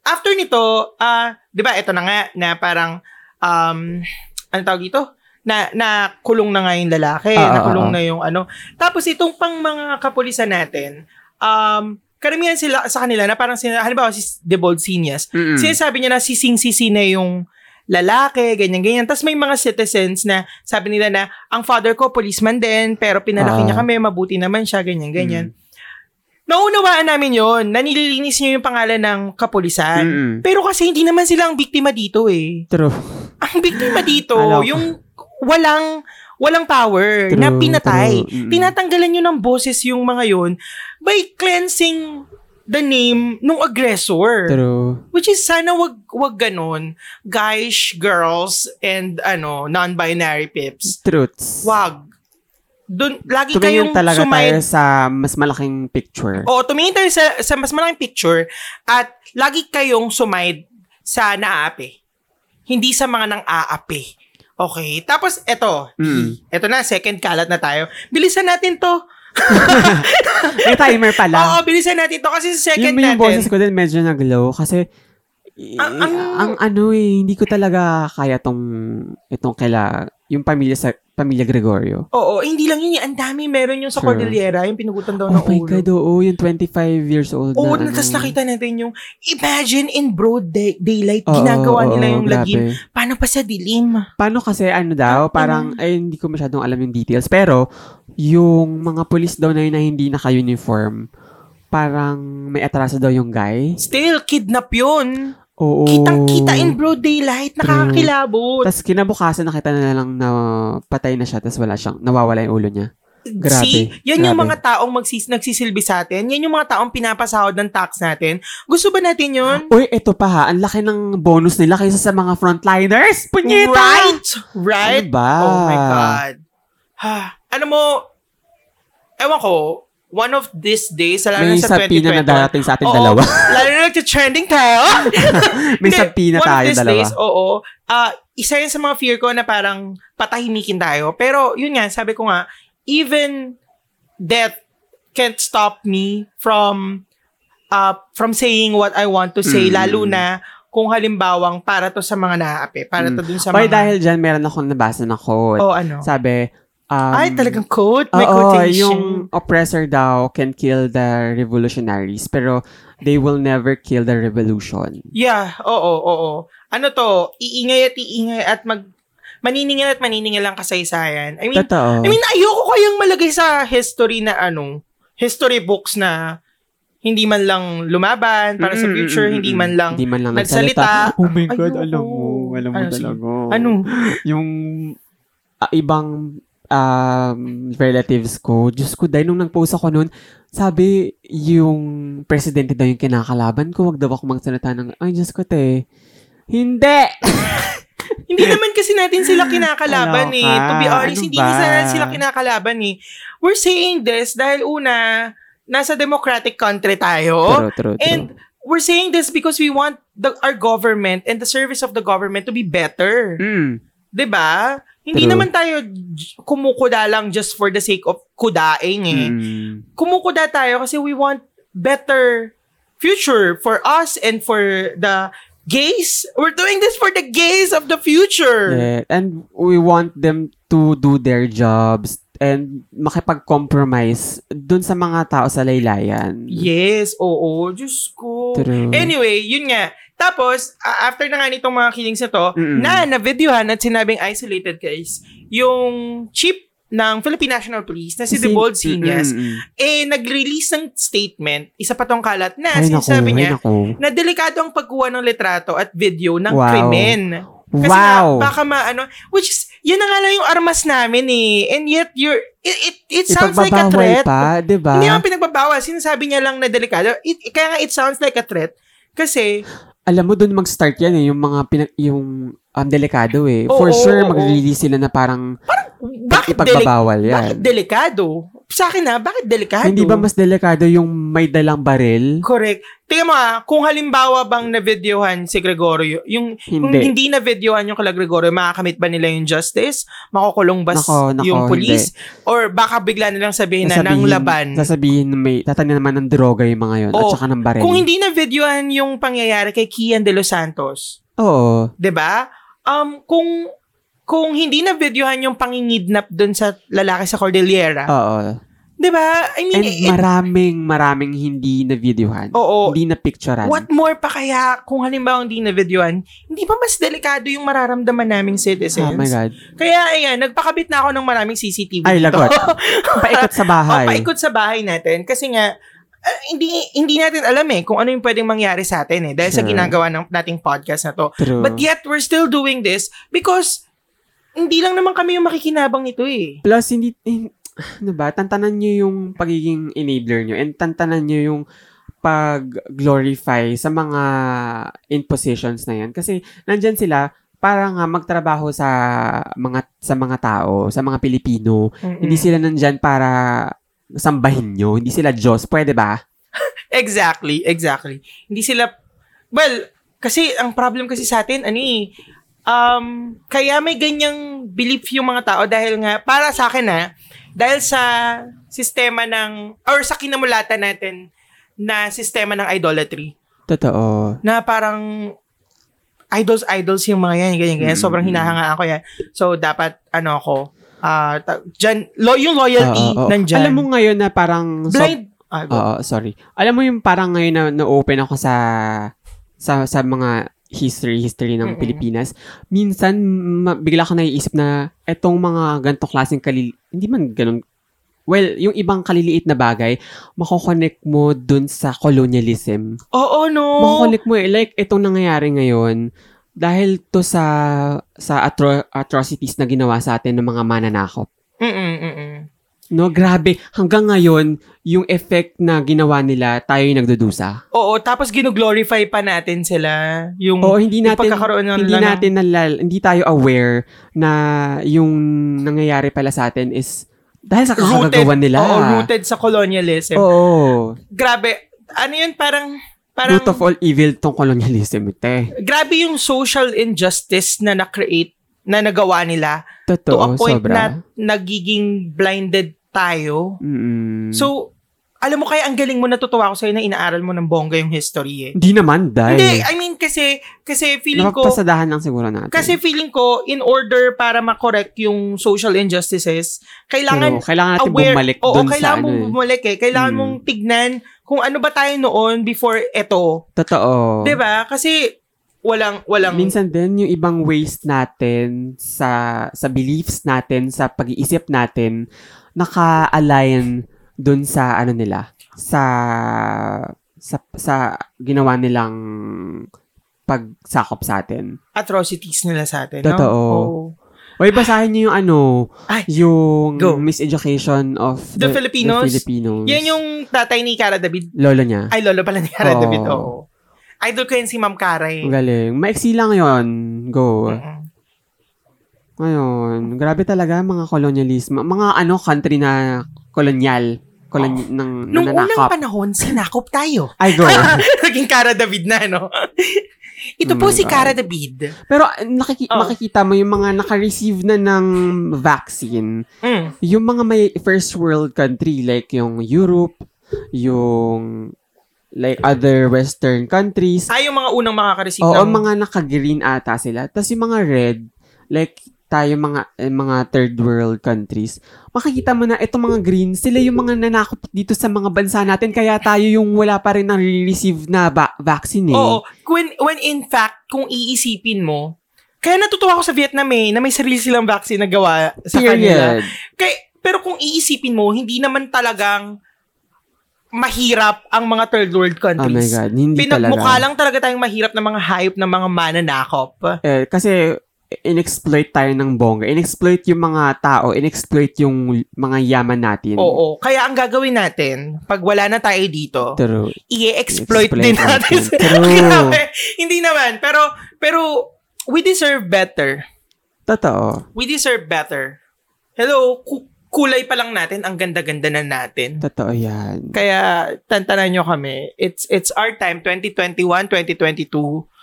S1: after nito ah 'di ba ito na nga na parang um ano tawag dito na na kulong na nga yung lalaki
S2: Ah, ah,
S1: na kulong
S2: ah, ah.
S1: na yung ano tapos itong pang mga kapulisan natin um karamihan sila sa kanila na parang sila halimbawa si Debold Sinias
S2: Mm-mm.
S1: sinasabi niya na sising-sisi na yung lalaki, ganyan-ganyan. Tapos may mga citizens na sabi nila na, ang father ko, policeman din, pero
S2: Ah.
S1: pinalaki niya kami, mabuti naman siya, ganyan-ganyan. Naunawaan namin yon na nililinis niyo yung pangalan ng kapulisan.
S2: Mm-mm.
S1: Pero kasi hindi naman sila ang biktima dito eh.
S2: True.
S1: Ang biktima dito,
S2: Alam ko.
S1: yung walang walang power
S2: True,
S1: na pinatay.
S2: true. Mm-mm.
S1: Tinatanggalan niyo ng boses yung mga yon by cleansing the name nung aggressor.
S2: True.
S1: Which is sana wag wag ganun. Guys, girls, and ano, non-binary pips.
S2: Truths.
S1: Wag. Dun, lagi
S2: Tumingin
S1: kayong
S2: talaga tayo
S1: sumay- Oh,
S2: sa mas malaking picture.
S1: Oo, tumingin tayo sa, sa mas malaking picture at lagi kayong sumaid sa naaapi. Hindi sa mga nang aapi. Okay? Tapos, eto.
S2: Mm.
S1: Eto na, second kalat na tayo. Bilisan natin to.
S2: May timer
S1: Oo,
S2: pala.
S1: bilisan natin to kasi sa second
S2: yung, yung boses
S1: oh, natin.
S2: ko din medyo naglow kasi eh,
S1: Ang-
S2: ang,
S1: ang-
S2: ano eh, hindi ko talaga kaya tong itong kaila, yung pamilya sa pamilya Gregorio.
S1: Oo, hindi lang yun. Ang dami meron yung sa
S2: Sure.
S1: Cordillera, yung pinugutan daw
S2: Oh,
S1: ng
S2: my
S1: ulo.
S2: God, oo, yung 25 years old
S1: Oo,
S2: na.
S1: na, tas
S2: ano.
S1: nakita natin yung imagine in broad day- daylight,
S2: Oo,
S1: ginagawa
S2: oo,
S1: nila yung
S2: grabe.
S1: lagim. Paano pa sa dilim?
S2: Paano kasi ano
S1: Ah,
S2: daw, parang, ay hindi ko masyadong alam yung details, pero yung mga police daw na yun na hindi naka-uniform, parang may atraso daw yung guy.
S1: Still, kidnap yun.
S2: Oo.
S1: Kitang-kita
S2: Oh.
S1: in broad daylight, nakakakilabot.
S2: Tapos kinabukasan nakita na lang na patay na siya tapos wala siyang nawawala yung ulo niya. Grabe,
S1: See? Yan yung
S2: grabe.
S1: mga taong magsis, nagsisilbi sa atin. Yan yung mga taong pinapasahod ng tax natin. Gusto ba natin yun?
S2: Uy, eto pa ha, ang laki ng bonus nila kaysa sa mga frontliners. Punyeta!
S1: Right? Right?
S2: Ah. Ano ba?
S1: Oh my God. Ha, alam mo, ewan ko, one of these days, lalo
S2: May
S1: na sa
S2: sapi na
S1: 2021.
S2: nadarating sa atin
S1: Oo,
S2: dalawa.
S1: lalo na nag-trending tayo.
S2: *laughs* May
S1: Hindi,
S2: sapi na
S1: one of
S2: tayo
S1: these
S2: dalawa.
S1: days, oo. Ah, isa yun sa mga fear ko na parang patahimikin tayo. Pero yun nga, sabi ko nga, even death can't stop me from uh, from saying what I want to say.
S2: Mm.
S1: Lalo na kung halimbawang para to sa mga naaapi. Para to dun sa
S2: Uy,
S1: mga...
S2: Mm. dahil dyan, meron akong nabasa na quote.
S1: Oh, ano?
S2: Sabi, um,
S1: Ay, talagang quote. May
S2: Oo,
S1: quotation.
S2: yung oppressor daw can kill the revolutionaries, pero they will never kill the revolution.
S1: Yeah, oo, oo. Ano to? Iingay at iingay at mag... Maniningil at maniningil ang kasaysayan. I mean,
S2: Totoo.
S1: I mean, ayoko kayang malagay sa history na ano, history books na hindi man lang lumaban para sa
S2: Mm, mm,
S1: future,
S2: mm, mm,
S1: hindi
S2: mm.
S1: man lang
S2: hindi man lang
S1: nagsalita.
S2: Oh my
S1: Ay,
S2: God,
S1: ayoko.
S2: alam mo. Alam mo
S1: Ano, sige.
S2: talaga.
S1: Ano?
S2: Yung ah, ibang um, relatives ko, Diyos ko, dahil nung nag-post ako noon, sabi yung presidente daw yung kinakalaban ko, wag daw ako magsalita ng, ay Diyos ko, te. Hindi!
S1: Hindi naman kasi natin
S2: *laughs*
S1: sila kinakalaban
S2: Ano
S1: eh.
S2: ka?
S1: To be honest,
S2: Ano
S1: hindi
S2: ba?
S1: nila sila kinakalaban eh. We're saying this dahil una, nasa democratic country tayo.
S2: True, true, true.
S1: Oh, And we're saying this because we want the, our government and the service of the government to be better.
S2: Mm.
S1: 'di ba? Hindi
S2: True.
S1: naman tayo j- kumukuda lang just for the sake of kudaing eh.
S2: Mm.
S1: Kumukuda tayo kasi we want better future for us and for the gays. We're doing this for the gays of the future.
S2: Yeah. Eh, And we want them to do their jobs and makipag-compromise dun sa mga tao sa laylayan.
S1: Yes, oo, Diyos ko.
S2: True.
S1: Anyway, yun nga. Tapos, a- after na nga nitong mga killings na to,
S2: Mm-mm.
S1: na na-videohan at sinabing isolated guys, yung chief ng Philippine National Police na si Debold Sinias,
S2: Mm-mm.
S1: eh, nag-release ng statement, isa pa tong kalat na,
S2: Ay, naku,
S1: sinasabi
S2: ay,
S1: niya,
S2: naku.
S1: na delikado ang pagkuha ng litrato at video ng
S2: Wow.
S1: krimen. Kasi
S2: wow.
S1: nga, baka maano, which is, yun na nga lang yung armas namin eh. And yet, you're, it, it, it sounds like a
S2: Ipagbabawal
S1: threat.
S2: pa, diba? di ba?
S1: Hindi naman pinagbabawal. Sinasabi niya lang na delikado. It, kaya nga, it sounds like a threat. Kasi,
S2: Alam mo, dun mag-start yan eh, yung mga, pinag- yung um, delikado eh.
S1: Oo,
S2: For sure,
S1: oo,
S2: mag-release sila na parang
S1: bakit, deli-
S2: ipagbabawal
S1: bakit
S2: yan.
S1: delikado? Sa akin na, bakit delikado?
S2: Hindi ba mas delikado yung may dalang baril?
S1: Correct. Tingnan mo ah, kung halimbawa bang na-videohan si Gregorio, yung kung
S2: Hindi.
S1: hindi na-videohan yung kala Gregorio, makakamit ba nila yung justice? Makukulong ba s-
S2: Nako, nako,
S1: yung police? Or baka bigla nilang sabihin na ng laban?
S2: Sasabihin na may, tatanin naman ng droga yung mga yun, at
S1: Oo.
S2: saka ng baril.
S1: Kung hindi na-videohan yung pangyayari kay Kian De Los Santos,
S2: Oo.
S1: 'di ba? Um kung kung hindi na-videohan yung pangingidnap doon sa lalaki sa Cordillera,
S2: Oo.
S1: 'di ba? I mean,
S2: Oh. And
S1: eh,
S2: maraming, maraming hindi na videohan.
S1: oo,
S2: Hindi na picturean.
S1: What more pa kaya kung halimbawa hindi na-videoan, hindi pa mas delikado yung mararamdaman naming
S2: Oh
S1: citizens?
S2: my God.
S1: Kaya ayan, nagpakabit na ako ng maraming CCTV.
S2: Ay,
S1: dito. *laughs*
S2: lagot. Paikot sa
S1: O,
S2: bahay.
S1: Oh, paikot sa bahay natin kasi nga, ah, hindi hindi natin alam eh kung ano yung pwedeng mangyari sa atin eh dahil sa
S2: Sure.
S1: ginagawa ng nating podcast na to.
S2: True.
S1: But yet, we're still doing this because hindi lang naman kami yung makikinabang nito eh.
S2: Plus, hindi, hin- ano ba, tantanan nyo yung pagiging enabler nyo and tantanan nyo yung pag-glorify sa mga impositions na yan. Kasi nandyan sila para nga magtrabaho sa mga sa mga tao, sa mga Pilipino. Hindi sila nandyan para sambahin nyo. Hindi sila Diyos. Pwede ba?
S1: Exactly, exactly. Hindi sila, well, kasi ang problem kasi sa atin, ano eh, um, kaya may ganyang belief yung mga tao dahil nga, para sa akin ha, dahil sa sistema ng, or sa kinamulatan natin na sistema ng idolatry,
S2: Totoo.
S1: na parang idols, idols yung mga yan, ganyan, ganyan.
S2: Mm,
S1: Sobrang
S2: mm.
S1: hinahanga ako yan. So, dapat, ano ako, ah, ta- dyan, lo, yung loyalty,
S2: Oo, oo.
S1: E, nandyan.
S2: Alam mo ngayon na parang... sob-
S1: blind, ah, go.
S2: Oo, sorry. Alam mo yung parang ngayon na na-open ako sa sa sa mga history history ng
S1: Mm-mm.
S2: Pilipinas. Minsan ma- bigla ko naiisip na etong mga ganto klaseng kalil hindi man ganun Well, yung ibang kaliliit na bagay, makokonek mo dun sa colonialism.
S1: Oo, no.
S2: Makokonek mo eh, like itong nangyayari ngayon dahil to sa sa atro- atrocities na ginawa sa atin ng mga mananakop.
S1: Mm-mm, mm-mm.
S2: No, grabe. Hanggang ngayon, yung effect na ginawa nila, tayo yung nagdudusa.
S1: Oo, tapos gino-glorify pa natin sila. Yung,
S2: Oo, hindi
S1: yung
S2: natin
S1: pagkakaroon ng ano,
S2: hindi natin nalal, hindi tayo aware na yung nangyayari pala sa atin is dahil sa
S1: rooted,
S2: kakagagawa nila.
S1: Oo, rooted sa colonialism.
S2: Oo.
S1: Grabe. Ano yun, parang, parang,
S2: Root of all evil tong colonialism, te.
S1: grabe yung social injustice na na-create, na nagawa nila to a
S2: Totoo,
S1: point
S2: sobra.
S1: na nagiging blinded tayo.
S2: Mm-mm.
S1: So, alam mo kaya ang galing mo natutuwa ako sa'yo na inaaral mo ng bongga yung history eh.
S2: hindi naman,
S1: Hindi,
S2: dahil.
S1: I mean kasi, kasi feeling ko,
S2: Napapasadahan lang siguro natin.
S1: Kasi feeling ko, in order para makorect yung social injustices,
S2: Pero
S1: kailangan
S2: kailangan natin
S1: aware.
S2: bumalik
S1: oo,
S2: dun sa
S1: kailangan
S2: ano.
S1: mong
S2: eh.
S1: bumalik eh. Kailangan
S2: Mm.
S1: mong tignan kung ano ba tayo noon before eto.
S2: Totoo.
S1: 'Di ba? Kasi walang walang
S2: Minsan din yung ibang ways natin sa sa beliefs natin, sa pag-iisip natin naka-align dun sa ano nila, sa sa sa ginawa nilang pagsakop sa atin.
S1: atrocities nila sa atin, no?
S2: Totoo.
S1: Oo.
S2: Oy, basahin niyo yung ano,
S1: Ay,
S2: yung
S1: go.
S2: miseducation of
S1: The Filipinos?
S2: the Filipinos.
S1: Yan yung tatay ni Cara David.
S2: lolo niya.
S1: Ay, lolo pala ni Cara
S2: Oo.
S1: David. Oo. Idol ko yun si Ma'am Cara eh.
S2: Ang galing. Maiksi lang yun. Go.
S1: Mm-mm.
S2: Ayun, grabe talaga mga kolonyalismo. Mga ano, country na kolonyal. Kolony- ng
S1: Oh. Nung unang
S2: nananakop.
S1: panahon, sinakop tayo.
S2: Ay,
S1: *laughs*
S2: go.
S1: Naging Cara David na, no? *laughs* Ito po
S2: Oh my
S1: si
S2: God.
S1: Cara David.
S2: Pero uh, nakiki-
S1: Oh.
S2: makikita mo yung mga naka-receive na ng vaccine.
S1: Mm.
S2: Yung mga may first world country like yung Europe, yung like other western countries.
S1: Ay, yung mga unang makaka-receive
S2: Oo,
S1: ng...
S2: mga naka-green ata sila. Tapos yung mga red, like tayo mga eh, mga third world countries, makikita mo na itong mga green, sila yung mga nanakop dito sa mga bansa natin kaya tayo yung wala pa rin nare-receive na ba- vaccine. eh.
S1: Oo. When, when in fact, kung iisipin mo, kaya natutuwa ako sa Vietnam eh, na may sarili silang vaccine na gawa sa kanila.
S2: Period.
S1: Kaya, pero kung iisipin mo, hindi naman talagang mahirap ang mga third
S2: Oh
S1: world
S2: my
S1: countries.
S2: God, hindi
S1: Pinagmukha
S2: talaga.
S1: lang talaga tayong mahirap ng mga hayop ng mga mananakop.
S2: Eh, kasi inexploit tayo ng bongga. Inexploit yung mga tao, inexploit yung mga yaman natin.
S1: Oo. Kaya ang gagawin natin, pag wala na tayo dito,
S2: True.
S1: i-exploit
S2: I-exploit
S1: din natin.
S2: natin. True.
S1: *laughs* Grabe. Hindi naman. Pero, pero, we deserve better.
S2: Totoo.
S1: We deserve better. Hello, ku- kulay pa lang natin. Ang ganda-ganda na natin.
S2: Totoo yan.
S1: Kaya, tantanan nyo kami. It's, it's our time, 2021, 2022.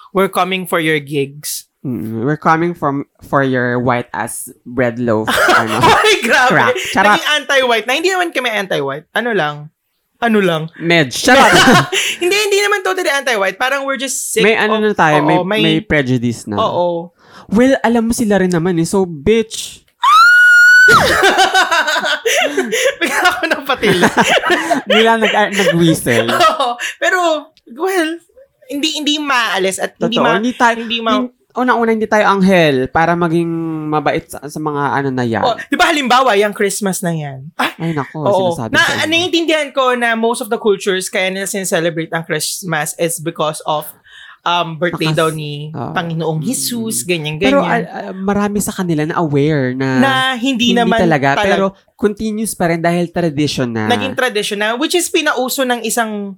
S1: We're coming for your gigs.
S2: Mm, we're coming from for your white ass bread
S1: *laughs*
S2: loaf. ano.
S1: Ay, grabe.
S2: Crap. Charot.
S1: Naging anti-white. Na, hindi naman kami anti-white. Ano lang? Ano lang?
S2: Med, shut up!
S1: *laughs* hindi, hindi naman totally anti-white. Parang we're just sick
S2: *laughs* may ano na
S1: of-
S2: tayo, may,
S1: oo,
S2: may, prejudice na.
S1: Oo. *laughs*
S2: Well, alam mo sila rin naman eh, so bitch.
S1: Bigla ako ng
S2: *laughs*
S1: patila.
S2: Nila nag, ah, nag-whistle.
S1: Oo. Pero, well, hindi hindi maalis at hindi
S2: Totoo,
S1: ma...
S2: hindi tayo,
S1: hindi ma-
S2: hin- una-una hindi tayo anghel para maging mabait sa, sa mga ano na yan.
S1: Oh, di ba halimbawa, yung Christmas na yan? Ah,
S2: Ay nako,
S1: oo.
S2: sinasabi ko.
S1: Na, naiintindihan ko na most of the cultures kaya nila sincelebrate ang Christmas is because of um, birthday
S2: Bakas-
S1: daw ni
S2: Oo. Mm.
S1: Panginoong Jesus, ganyan-ganyan.
S2: Pero ah, ah, marami sa kanila na aware na,
S1: na hindi, naman
S2: talaga, pero Ah. continuous pa rin dahil tradition na.
S1: naging tradition na, which is pinauso ng isang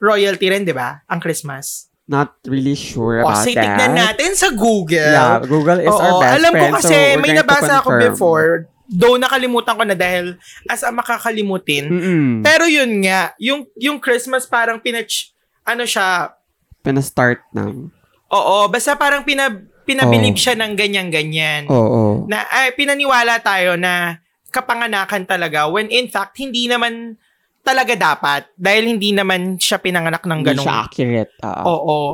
S1: royalty rin, di ba? Ang Christmas.
S2: Not really sure
S1: O,
S2: about
S1: Oh, say,
S2: that.
S1: tignan natin sa Google.
S2: Yeah, Google is
S1: Oo,
S2: our best
S1: alam
S2: friend.
S1: ko kasi
S2: so we're
S1: may
S2: going to
S1: nabasa ako
S2: confirm.
S1: before, though nakalimutan ko na dahil as a makakalimutin.
S2: Mm-mm.
S1: Pero yun nga, yung yung Christmas parang pinach ano siya,
S2: Pinastart na.
S1: oo, basta parang pina, pinabilib
S2: Oo.
S1: siya ng ganyan-ganyan.
S2: Oo.
S1: Na ay, pinaniwala tayo na kapanganakan talaga when in fact hindi naman talaga dapat dahil hindi naman siya pinanganak ng
S2: Hindi
S1: ganong
S2: siya accurate. ah. Oo.
S1: Oo.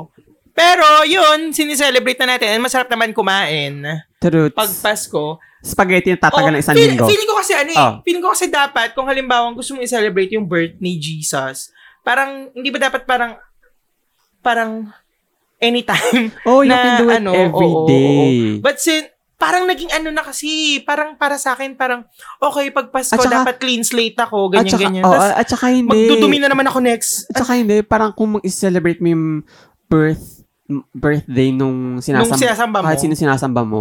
S1: Pero yun, sinicelebrate na natin. And masarap naman kumain.
S2: Truths.
S1: Pag Pasko.
S2: Spaghetti na tatagal ng
S1: Oo,
S2: isang
S1: feel-
S2: linggo.
S1: Feeling ko kasi ano eh.
S2: Oh.
S1: Feeling ko kasi dapat, kung halimbawa gusto mong i-celebrate yung birth ni Jesus, parang, hindi ba dapat parang, parang, anytime.
S2: oh, you
S1: na
S2: can do it
S1: ano,
S2: every
S1: oo, oo,
S2: day.
S1: But sin, parang naging ano na kasi, parang para sa akin, parang, okay, pag Pasko,
S2: At saka-
S1: dapat clean slate ako,
S2: At saka,
S1: ganyan-ganyan.
S2: oo,
S1: Tapos,
S2: at saka hindi.
S1: magdudumi na naman ako next.
S2: At saka hindi. Parang kung mag-celebrate mo yung birth, m- birthday nung
S1: Nung
S2: sinasamba,
S1: sinasamba mo.
S2: kahit sino sinasamba mo,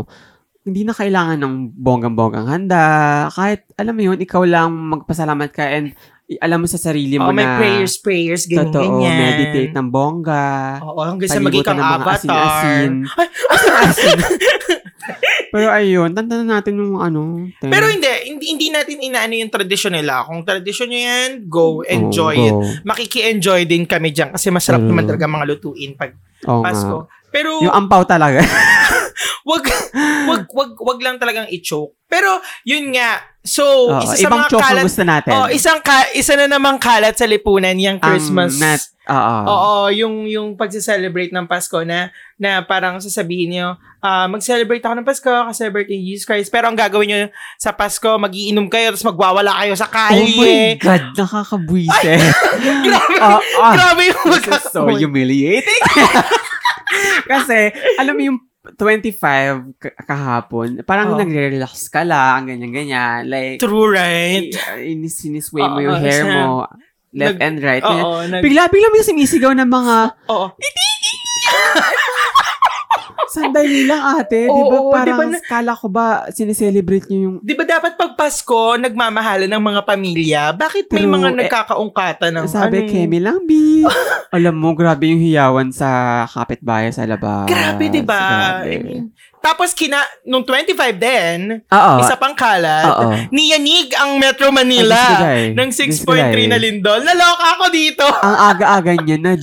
S2: hindi na kailangan ng bonggang-bonggang handa. Kahit, alam mo yun, ikaw lang magpasalamat ka and i- alam mo sa sarili mo
S1: Oo, may
S2: na
S1: prayers, prayers, ganyan,
S2: totoo,
S1: ganyan.
S2: meditate ng bongga.
S1: Oo, hanggang sa maging
S2: palibutan
S1: kang
S2: ng mga
S1: avatar.
S2: asin-asin.
S1: Ay,
S2: Asin.
S1: *laughs*
S2: Pero ayun, tandaan natin yung ano. ten-
S1: Pero hindi, hindi, hindi natin inaano yung tradisyon nila. Kung tradisyon nyo yan, go,
S2: Oo,
S1: enjoy it.
S2: go.
S1: Makiki-enjoy din kami dyan kasi masarap
S2: Mm.
S1: naman talaga mga lutuin pag
S2: Oo nga.
S1: Pasko. Pero
S2: Yung ampaw talaga. *gasps*
S1: wag, wag, wag, wag lang talagang i-choke. Pero yun nga, so
S2: Oo,
S1: isa sa
S2: ibang
S1: mga
S2: choke ang
S1: kalat,
S2: gusto natin.
S1: oh, isang ka, isa na namang kalat sa lipunan yung
S2: Ang
S1: Christmas.
S2: nat, oo. Oh
S1: Oo, yung yung pagse-celebrate ng Pasko na na parang sasabihin niyo, ah, mag-celebrate ako ng Pasko kasi birthday ni Jesus Christ. Pero ang gagawin niyo sa Pasko, magiinom kayo tapos magwawala kayo sa
S2: Oh my
S1: kalye.
S2: God, nakakabwisit.
S1: *laughs*
S2: *laughs*
S1: grabe,
S2: Ah, ah.
S1: grabe yung
S2: This is so
S1: magkakaroon.
S2: humiliating. *laughs* Kasi, alam mo yung 25 ka- kahapon, parang
S1: Oo.
S2: nagre-relax ka lang, ganyan-ganyan. Like,
S1: True, right?
S2: i- inis-inisway ah, mo
S1: Oo,
S2: yung hair
S1: siya.
S2: mo, left
S1: Nag-
S2: and right.
S1: Oo, nag,
S2: Bigla-bigla may sumisigaw ng mga,
S1: oo.
S2: sandali lang ate, di
S1: *laughs* Oo,
S2: ba?
S1: oo,
S2: Parang,
S1: di ba na-
S2: kala ko ba, sineselebrate niyo yung
S1: Di ba dapat pag Pasko, nagmamahalan ng mga pamilya? Bakit may
S2: True,
S1: mga
S2: eh,
S1: nagkakaungkata ng
S2: Sabi,
S1: ano?
S2: Kemi lang,
S1: *laughs*
S2: B. Alam mo, grabe yung hiyawan sa kapitbahay sa labas.
S1: Grabe, di ba?
S2: Grabe.
S1: I mean, tapos kina, nung 25 din,
S2: Oo.
S1: isa pang kalat,
S2: Ah. Oo.
S1: niyanig ang Metro
S2: Ay,
S1: Manila
S2: disgray.
S1: ng 6.3
S2: Disgray.
S1: na lindol. Naloka ako dito.
S2: Ang aga-aga niya, na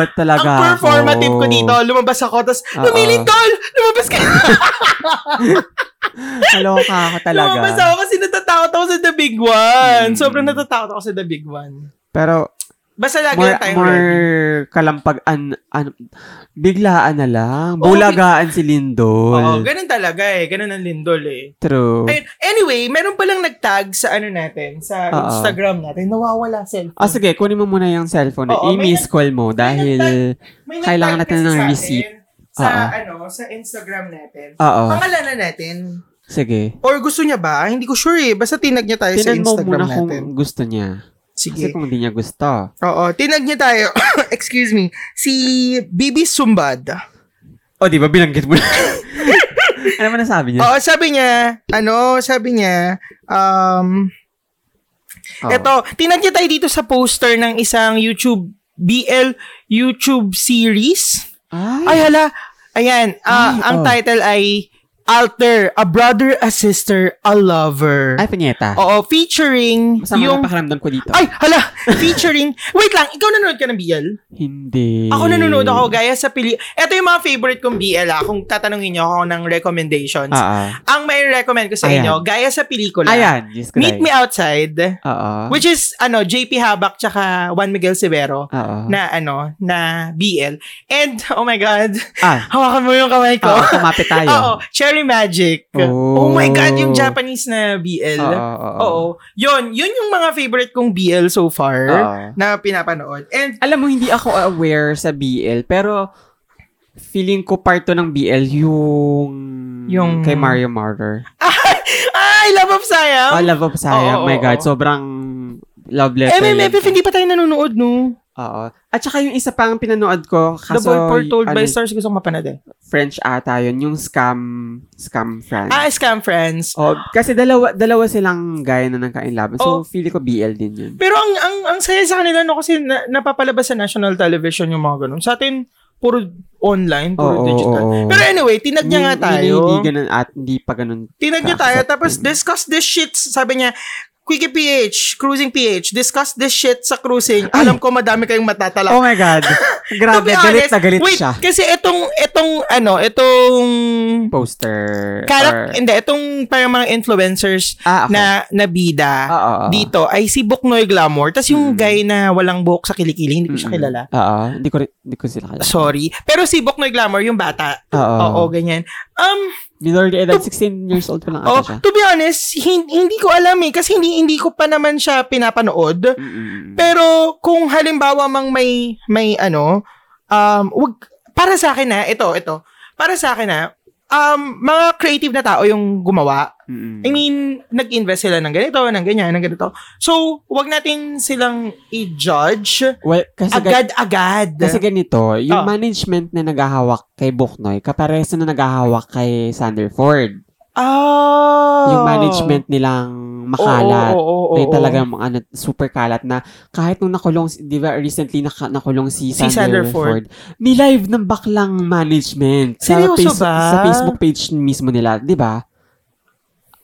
S2: at talaga
S1: ang performative
S2: ako.
S1: ko dito. Lumabas ako, tapos
S2: Oo.
S1: lumilindol! Lumabas ka!
S2: Naloka ako *laughs* talaga.
S1: *laughs* Lumabas ako kasi natatakot ako sa The Big One.
S2: Hmm.
S1: Sobrang natatakot ako sa The Big One.
S2: Pero,
S1: Basta lagi
S2: more,
S1: lang tayong
S2: more
S1: ready.
S2: kalampag, an, an, biglaan na lang.
S1: Oo,
S2: Bulagaan si
S1: Oo,
S2: Lindol.
S1: ganun talaga eh. Ganun ang lindol eh.
S2: True.
S1: Ayun. Anyway, meron palang nagtag sa ano natin, sa
S2: Oo.
S1: Instagram natin. Nawawala cellphone.
S2: Ah, sige, kunin mo muna yung cellphone.
S1: Oo, may
S2: I-miss call mo dahil,
S1: May
S2: kailangan
S1: nagtag
S2: natin ng
S1: kasi sa atin,
S2: receipt.
S1: Sa
S2: Oo.
S1: ano, sa Instagram natin.
S2: oo,
S1: Pangalanan natin.
S2: sige.
S1: Or gusto niya ba? Hindi ko sure eh. Basta tinag niya tayo sa
S2: Tinan mo muna
S1: Instagram natin.
S2: kung gusto niya.
S1: Sige.
S2: Kasi kung hindi niya gusto.
S1: Oo, tinag niya tayo. *coughs* Excuse me. Si Bibi Sumbad.
S2: O,
S1: Oh,
S2: di ba? Binanggit mo na. *laughs* ano ba nasabi niya?
S1: Oo, sabi niya, ano, sabi niya, um,
S2: Oo.
S1: eto, tinag niya tayo dito sa poster ng isang YouTube, BL YouTube series.
S2: Ay,
S1: Ay, hala. Ayan,
S2: Ay,
S1: ah, ang
S2: oh.
S1: title ay Alter, A Brother, A Sister, A Lover.
S2: ay pinyeta.
S1: Oo, featuring
S2: Masama
S1: Oh, yung...
S2: na pakiramdam ko dito.
S1: Ay, hala! *laughs* Featuring... Wait lang, ikaw nanonood ka ng BL?
S2: Hindi.
S1: Ako nanonood ako, gaya sa pili... Ito yung mga favorite kong BL, ah, kung tatanungin niyo ako ng recommendations.
S2: Ah,
S1: Ang may recommend ko sa
S2: Ayan.
S1: inyo, gaya sa pelikula,
S2: ah. Ayan, Ah. Diyos ko.
S1: Meet Me Outside,
S2: Oo.
S1: which is, ano, JP Habak tsaka Juan Miguel Severo,
S2: Oo.
S1: na, ano, na BL. And, oh my God, *laughs*
S2: Ah,
S1: hawakan mo yung kamay ko.
S2: oo, kumapit tayo.
S1: Oo, Cherry Magic.
S2: Oh. Ah,
S1: Oh. my God, yung Japanese na BL.
S2: Oo,
S1: Oo.
S2: oo, oo.
S1: Yun, yun yung mga favorite kong BL so far
S2: Oo.
S1: na pinapanood. And,
S2: Alam mo, hindi ako aware sa BL, pero feeling ko part to ng BL yung
S1: Yung-
S2: kay Mario Martyr.
S1: ay, Love of Siam!
S2: oh, Love of Sayang.
S1: Um, oo,
S2: my
S1: oo, Eh,
S2: God,
S1: oo.
S2: sobrang love letter.
S1: MMFF,
S2: yun.
S1: hindi pa tayo nanonood, no?
S2: Oo. At saka yung isa pang pinanood ko, kaso,
S1: the Boy Foretold by
S2: ano,
S1: Stars, gusto ko mapanood eh.
S2: French ata yun, yung scam, scam France.
S1: Ah, Scam Friends.
S2: Oh, kasi dalawa dalawa silang guy na nagkain laban. So,
S1: Oh.
S2: feeling ko BL din yun.
S1: Pero ang, ang, ang saya sa kanila, no, kasi na, napapalabas sa national television yung mga ganun. Sa atin, puro online,
S2: Oo,
S1: puro digital.
S2: oo, oo.
S1: Pero anyway, tinag niya
S2: Hindi-
S1: nga tayo.
S2: Hindi, hindi ganun at hindi pa ganun.
S1: Tinag niya tayo, tapos discuss this shit. Sabi niya, Quickie PH, Cruising PH, discuss this shit sa
S2: Ay!
S1: cruising.
S2: Oh,
S1: Alam ko madami kayong matatalak.
S2: my *laughs* God.
S1: To be honest, wait, kasi itong, itong, ano, itong,
S2: Poster.
S1: karak,
S2: or-
S1: hindi, itong parang mga influencers
S2: Ah, okay. Ah,
S1: na, na bida
S2: Oo, oo, oo.
S1: dito ay si Buknoy Glamour. Tapos yung
S2: Mm.
S1: guy na walang buhok sa kilikili, hindi ko siya
S2: Mm-mm.
S1: kilala.
S2: Oo, hindi ko, rin- hindi ko sila kilala.
S1: Sorry. Pero si Buknoy Glamour, yung bata.
S2: Oo.
S1: Oo, ganyan. Um,
S2: Minority edad, 16 years old pa lang
S1: oh,
S2: ata siya.
S1: to be honest, hin- hindi ko alam eh. Kasi hindi, hindi ko pa naman siya pinapanood.
S2: Mm-mm.
S1: Pero kung halimbawa mang may may ano, um wag para sa akin na ito, ito. Para sa akin na um mga creative na tao yung gumawa.
S2: Mm-mm.
S1: I mean, nag-invest sila ng ganito, ng ganyan, ng ganito. So, wag natin silang i-judge
S2: well, kasi, gan-
S1: agad-agad.
S2: kasi ganito, yung
S1: Oh.
S2: management na naghahawak kay Buknoy, kapares na naghahawak kay Sanderford.
S1: oh.
S2: Yung management nilang makalat.
S1: Oo, oo, oo,
S2: may
S1: oo.
S2: talagang mga ano, super kalat na kahit nung nakulong, si- di ba recently naka, nakulong si,
S1: Si
S2: Sandra
S1: Sandra
S2: Ford, ni-live ng baklang management. Sa
S1: Seryoso
S2: face-
S1: ba?
S2: Sa Facebook page mismo nila, di ba?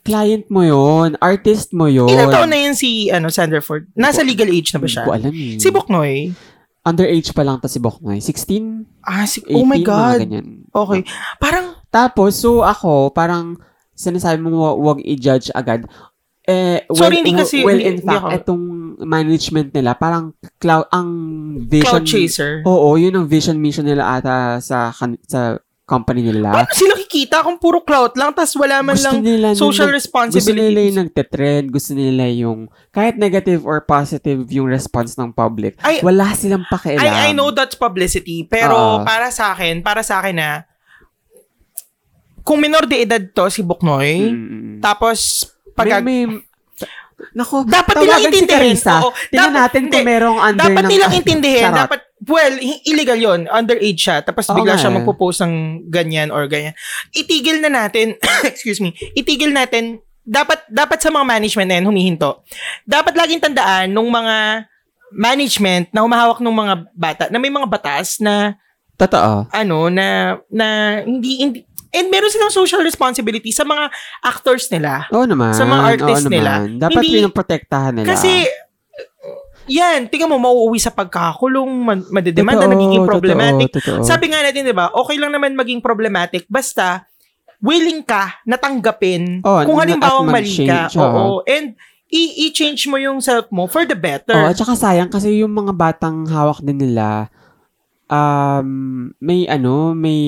S2: Client mo yon artist mo yon
S1: Ilang taon na yun si ano, Sanderford? Nasa legal age na ba siya?
S2: Hindi ko alam eh.
S1: Si Buknoy?
S2: Underage pa lang ta si Boknoy. 16, 18,
S1: Ah, si, oh my
S2: mga
S1: God.
S2: ganyan.
S1: Okay. Parang,
S2: Tapos, so ako, parang sinasabi mo wa- wag i-judge agad. Eh, well,
S1: Sorry, hindi kasi-
S2: well, in
S1: hindi- hindi
S2: fact,
S1: ako-
S2: itong management nila, parang cloud, ang vision.
S1: cloud chaser.
S2: Oo, yun ang vision mission nila ata sa kan- sa company nila.
S1: Paano sila kikita kung puro clout lang tas wala man
S2: Gusto
S1: lang
S2: nila nung
S1: social
S2: nag- Gusto nila
S1: responsibility?
S2: yung nagtetrend, gusto nila yung kahit negative or positive yung response ng public.
S1: Ay-
S2: wala silang pakialam.
S1: I, I know that's publicity, pero
S2: Oo.
S1: para sa akin, para sa akin na, kung minor de edad to si Buknoy,
S2: Mm-mm.
S1: tapos
S2: Hmm. May-
S1: pag
S2: may- Nako,
S1: Dapat
S2: tawagan
S1: nilang
S2: si
S1: intindihin.
S2: Carissa.
S1: Oo,
S2: Tingnan
S1: dapat-
S2: natin kung
S1: hindi.
S2: merong under
S1: dapat
S2: ng... *laughs*
S1: nilang intindihin,
S2: Charot.
S1: dapat, well, i- illegal yon underage siya, tapos
S2: Oo
S1: bigla
S2: nga
S1: siya
S2: eh.
S1: magpo-post ng ganyan or ganyan. Itigil na natin, *coughs* excuse me, itigil natin, dapat, dapat sa mga management na yan, humihinto. Dapat laging tandaan nung mga management na humahawak ng mga bata, na may mga batas na,
S2: Totoo.
S1: ano, na, na, hindi, hindi, and meron silang social responsibility sa mga actors nila.
S2: Oo naman.
S1: Sa mga artist
S2: oo
S1: nila.
S2: naman. Dapat
S1: Hindi-
S2: pinoprotektahan nila.
S1: Kasi, yan, tingnan mo, mauuwi sa pagkakakulong, man- madedemanda,
S2: Totoo,
S1: nagiging problematic.
S2: totoo, totoo.
S1: Sabi nga natin, di ba, okay lang naman maging problematic, basta willing ka na tanggapin
S2: Oo, Oh,
S1: kung
S2: na-
S1: halimbawa
S2: at
S1: mali ka.
S2: mag-change, oo.
S1: Oo, and i- i-change mo yung self mo for the
S2: Oo,
S1: better.
S2: Oh, at saka sayang kasi yung mga batang hawak din nila, um, may ano, may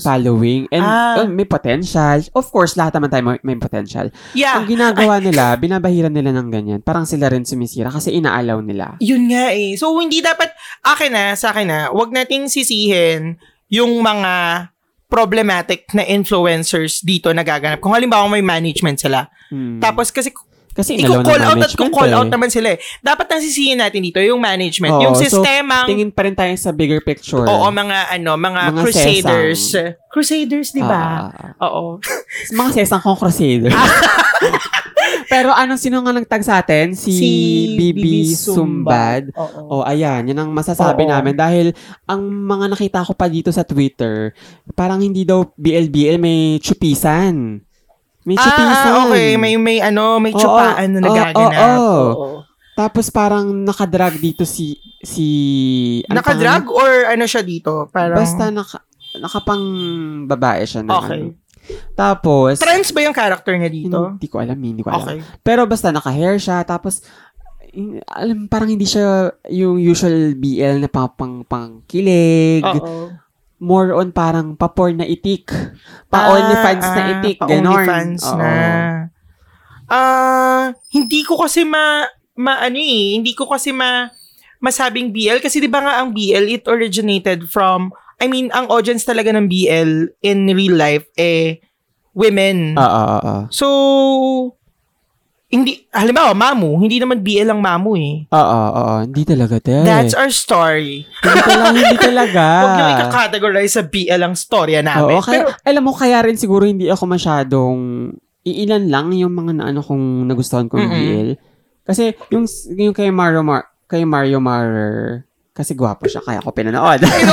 S2: cult following and
S1: Ah.
S2: uh, may potential. Of course, lahat naman tayo may, may potential.
S1: yeah.
S2: Ang ginagawa nila, binabahiran nila ng ganyan. Parang sila rin sumisira kasi inaalaw nila.
S1: Yun nga eh. So, hindi dapat, akin na, sa akin na, wag nating sisihin yung mga problematic na influencers dito na gaganap. Kung halimbawa may management sila.
S2: Hmm.
S1: Tapos kasi
S2: kasi inalaw ng
S1: Iko-call out at
S2: management
S1: ko-call
S2: eh.
S1: out naman sila eh. Dapat nasisihin natin dito yung management,
S2: Oo,
S1: yung
S2: so,
S1: sistemang,
S2: Tingin pa rin tayo sa bigger picture.
S1: oo, mga ano, mga,
S2: Mga
S1: crusaders.
S2: sesang.
S1: Crusaders, di ba?
S2: Ah, ah, ah.
S1: Oo.
S2: Mga sesang kong crusader.
S1: Ah.
S2: *laughs* Pero anong sino nga nagtag sa atin? Si, Bibi Sumbad.
S1: Oo.
S2: O ayan, yun ang masasabi
S1: Oo.
S2: namin dahil ang mga nakita ko pa dito sa Twitter, parang hindi daw BLBL may chupisan. May
S1: Ah,
S2: chupisan.
S1: ah, okay. May, may ano, may
S2: Oo,
S1: tsupaan na
S2: oo,
S1: nagaganap.
S2: oo.
S1: Oo.
S2: Tapos parang nakadrag dito si si ano
S1: Nakadrag or ano siya dito?
S2: pangalan?
S1: Parang,
S2: Basta naka, nakapang babae siya na.
S1: Okay.
S2: ano. Tapos
S1: trans ba yung character niya dito?
S2: Hindi ko alam, hindi ko alam.
S1: Okay.
S2: Pero basta naka-hair siya, tapos in- alam parang hindi siya yung usual BL na pang pang pangkilig.
S1: Oo.
S2: More on parang pa-porn na itik. Pa-OnlyFans
S1: Ah,
S2: na itik.
S1: ah,
S2: ganon.
S1: Pa-OnlyFans
S2: Oo.
S1: na. Ah, hindi ko kasi ma, ma ano eh, hindi ko kasi ma, masabing BL kasi 'di ba nga ang BL it originated from I mean, ang audience talaga ng BL
S2: Ah.
S1: in real life eh women.
S2: Oo, oo, oo.
S1: So hindi, halimbawa, Mamu, hindi naman BL ang Mamu eh.
S2: Oo, oo. Hindi talaga, te.
S1: That's our story.
S2: Hindi talaga, hindi talaga.
S1: *laughs* Huwag niyo i-categorize sa BL ang storya
S2: Ah.
S1: namin.
S2: Oo, kaya,
S1: Pero,
S2: alam mo, kaya rin siguro hindi ako masyadong, iilan lang yung mga naano kong nagustuhan kong
S1: Mm-mm.
S2: BL. Kasi yung, yung kay Mario Mar, kay Mario Marer, kasi gwapo siya, kaya ko pinanood.
S1: I know,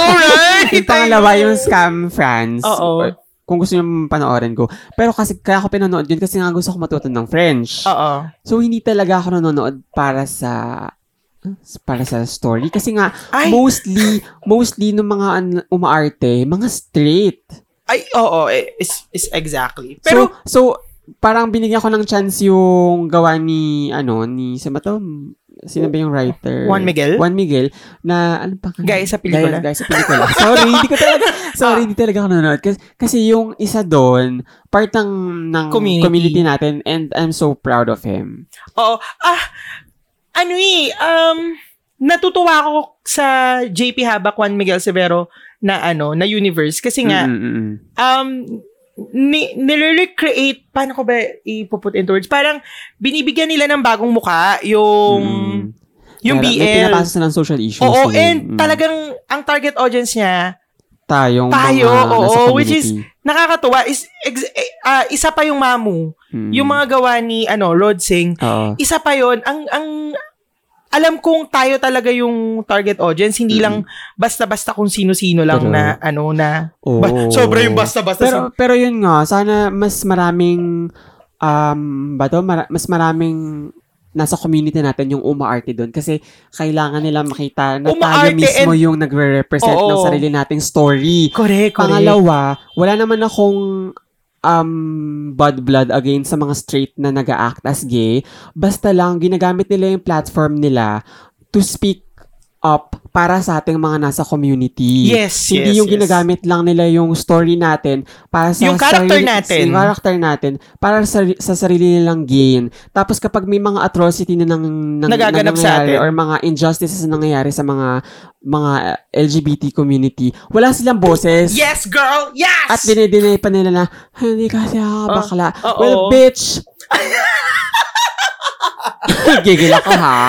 S2: *laughs*
S1: right?
S2: yung pangalawa yung Scam France.
S1: Oo.
S2: Kung gusto nyo panoorin ko. Pero kasi kaya ko pinanood yun kasi nga gusto ko matuto ng French.
S1: Oo.
S2: So hindi talaga ako nanonood para sa para sa story kasi nga
S1: Ay,
S2: mostly mostly ng mga an- umaarte mga straight.
S1: ay, oo, eh, is, is exactly.
S2: Pero
S1: Pero,
S2: so, parang binigyan ko ng chance yung gawa ni ano ni sa to? Sino ba yung writer?
S1: Juan Miguel?
S2: Juan Miguel na ano pa
S1: Guy sa pelikula. Ah.
S2: Guys, sa
S1: *laughs*
S2: pelikula. sorry, hindi ko talaga sorry, hindi talaga ako nanonood kasi, kasi yung isa doon part ng ng
S1: Community.
S2: natin and I'm so proud of him.
S1: oo, ah, ano eh, um, natutuwa ako sa JP Habak, Juan Miguel Severo, na ano, na universe. Kasi nga,
S2: Mm, mm, mm, mm.
S1: um, ni, nire-recreate, paano ko ba ipuput into words? Parang, binibigyan nila ng bagong muka yung,
S2: Mm.
S1: yung
S2: Meron- May
S1: BL.
S2: pinapasok na ng social issues. yun.
S1: Oo, and
S2: Mm.
S1: talagang, ang target audience niya,
S2: Tayong
S1: tayo,
S2: mga nasa
S1: oo, which is,
S2: community.
S1: nakakatuwa, is, ex- eh, ah, isa pa yung mamu,
S2: Mm.
S1: yung mga gawa ni, ano, Rod Singh,
S2: Oo.
S1: isa pa yon ang, ang, alam kong tayo talaga yung target audience, hindi lang basta-basta kung sino-sino lang
S2: Pero-
S1: na, ano, na,
S2: Oo.
S1: ba- sobra yung basta-basta.
S2: Pero pero yun nga, sana mas maraming um ba to, Mara- mas maraming nasa community natin yung umaarte doon kasi kailangan nila makita na tayo
S1: Umaarte
S2: mismo yung nagre-represent ng
S1: Oo.
S2: sarili nating story.
S1: correct, correct.
S2: Pangalawa, wala naman akong um, bad blood against sa mga straight na nag act as gay. Basta lang, ginagamit nila yung platform nila to speak up para sa ating mga nasa community.
S1: Yes,
S2: Hindi
S1: yes,
S2: yung
S1: yes.
S2: ginagamit lang nila yung story natin para sa
S1: Yung character
S2: sarili-
S1: natin.
S2: Yung character natin para sa, sa sarili nilang gain. Tapos kapag may mga atrocity na nang, nang,
S1: Nagaganap sa
S2: nangyayari
S1: atin.
S2: or mga injustices na nangyayari sa mga mga LGBT community, wala silang boses.
S1: Yes, girl! Yes!
S2: At dinidinay pa nila na, hindi kasi ako bakla.
S1: Oh, oo.
S2: well,
S1: *laughs*
S2: bitch! Gigil ako ha.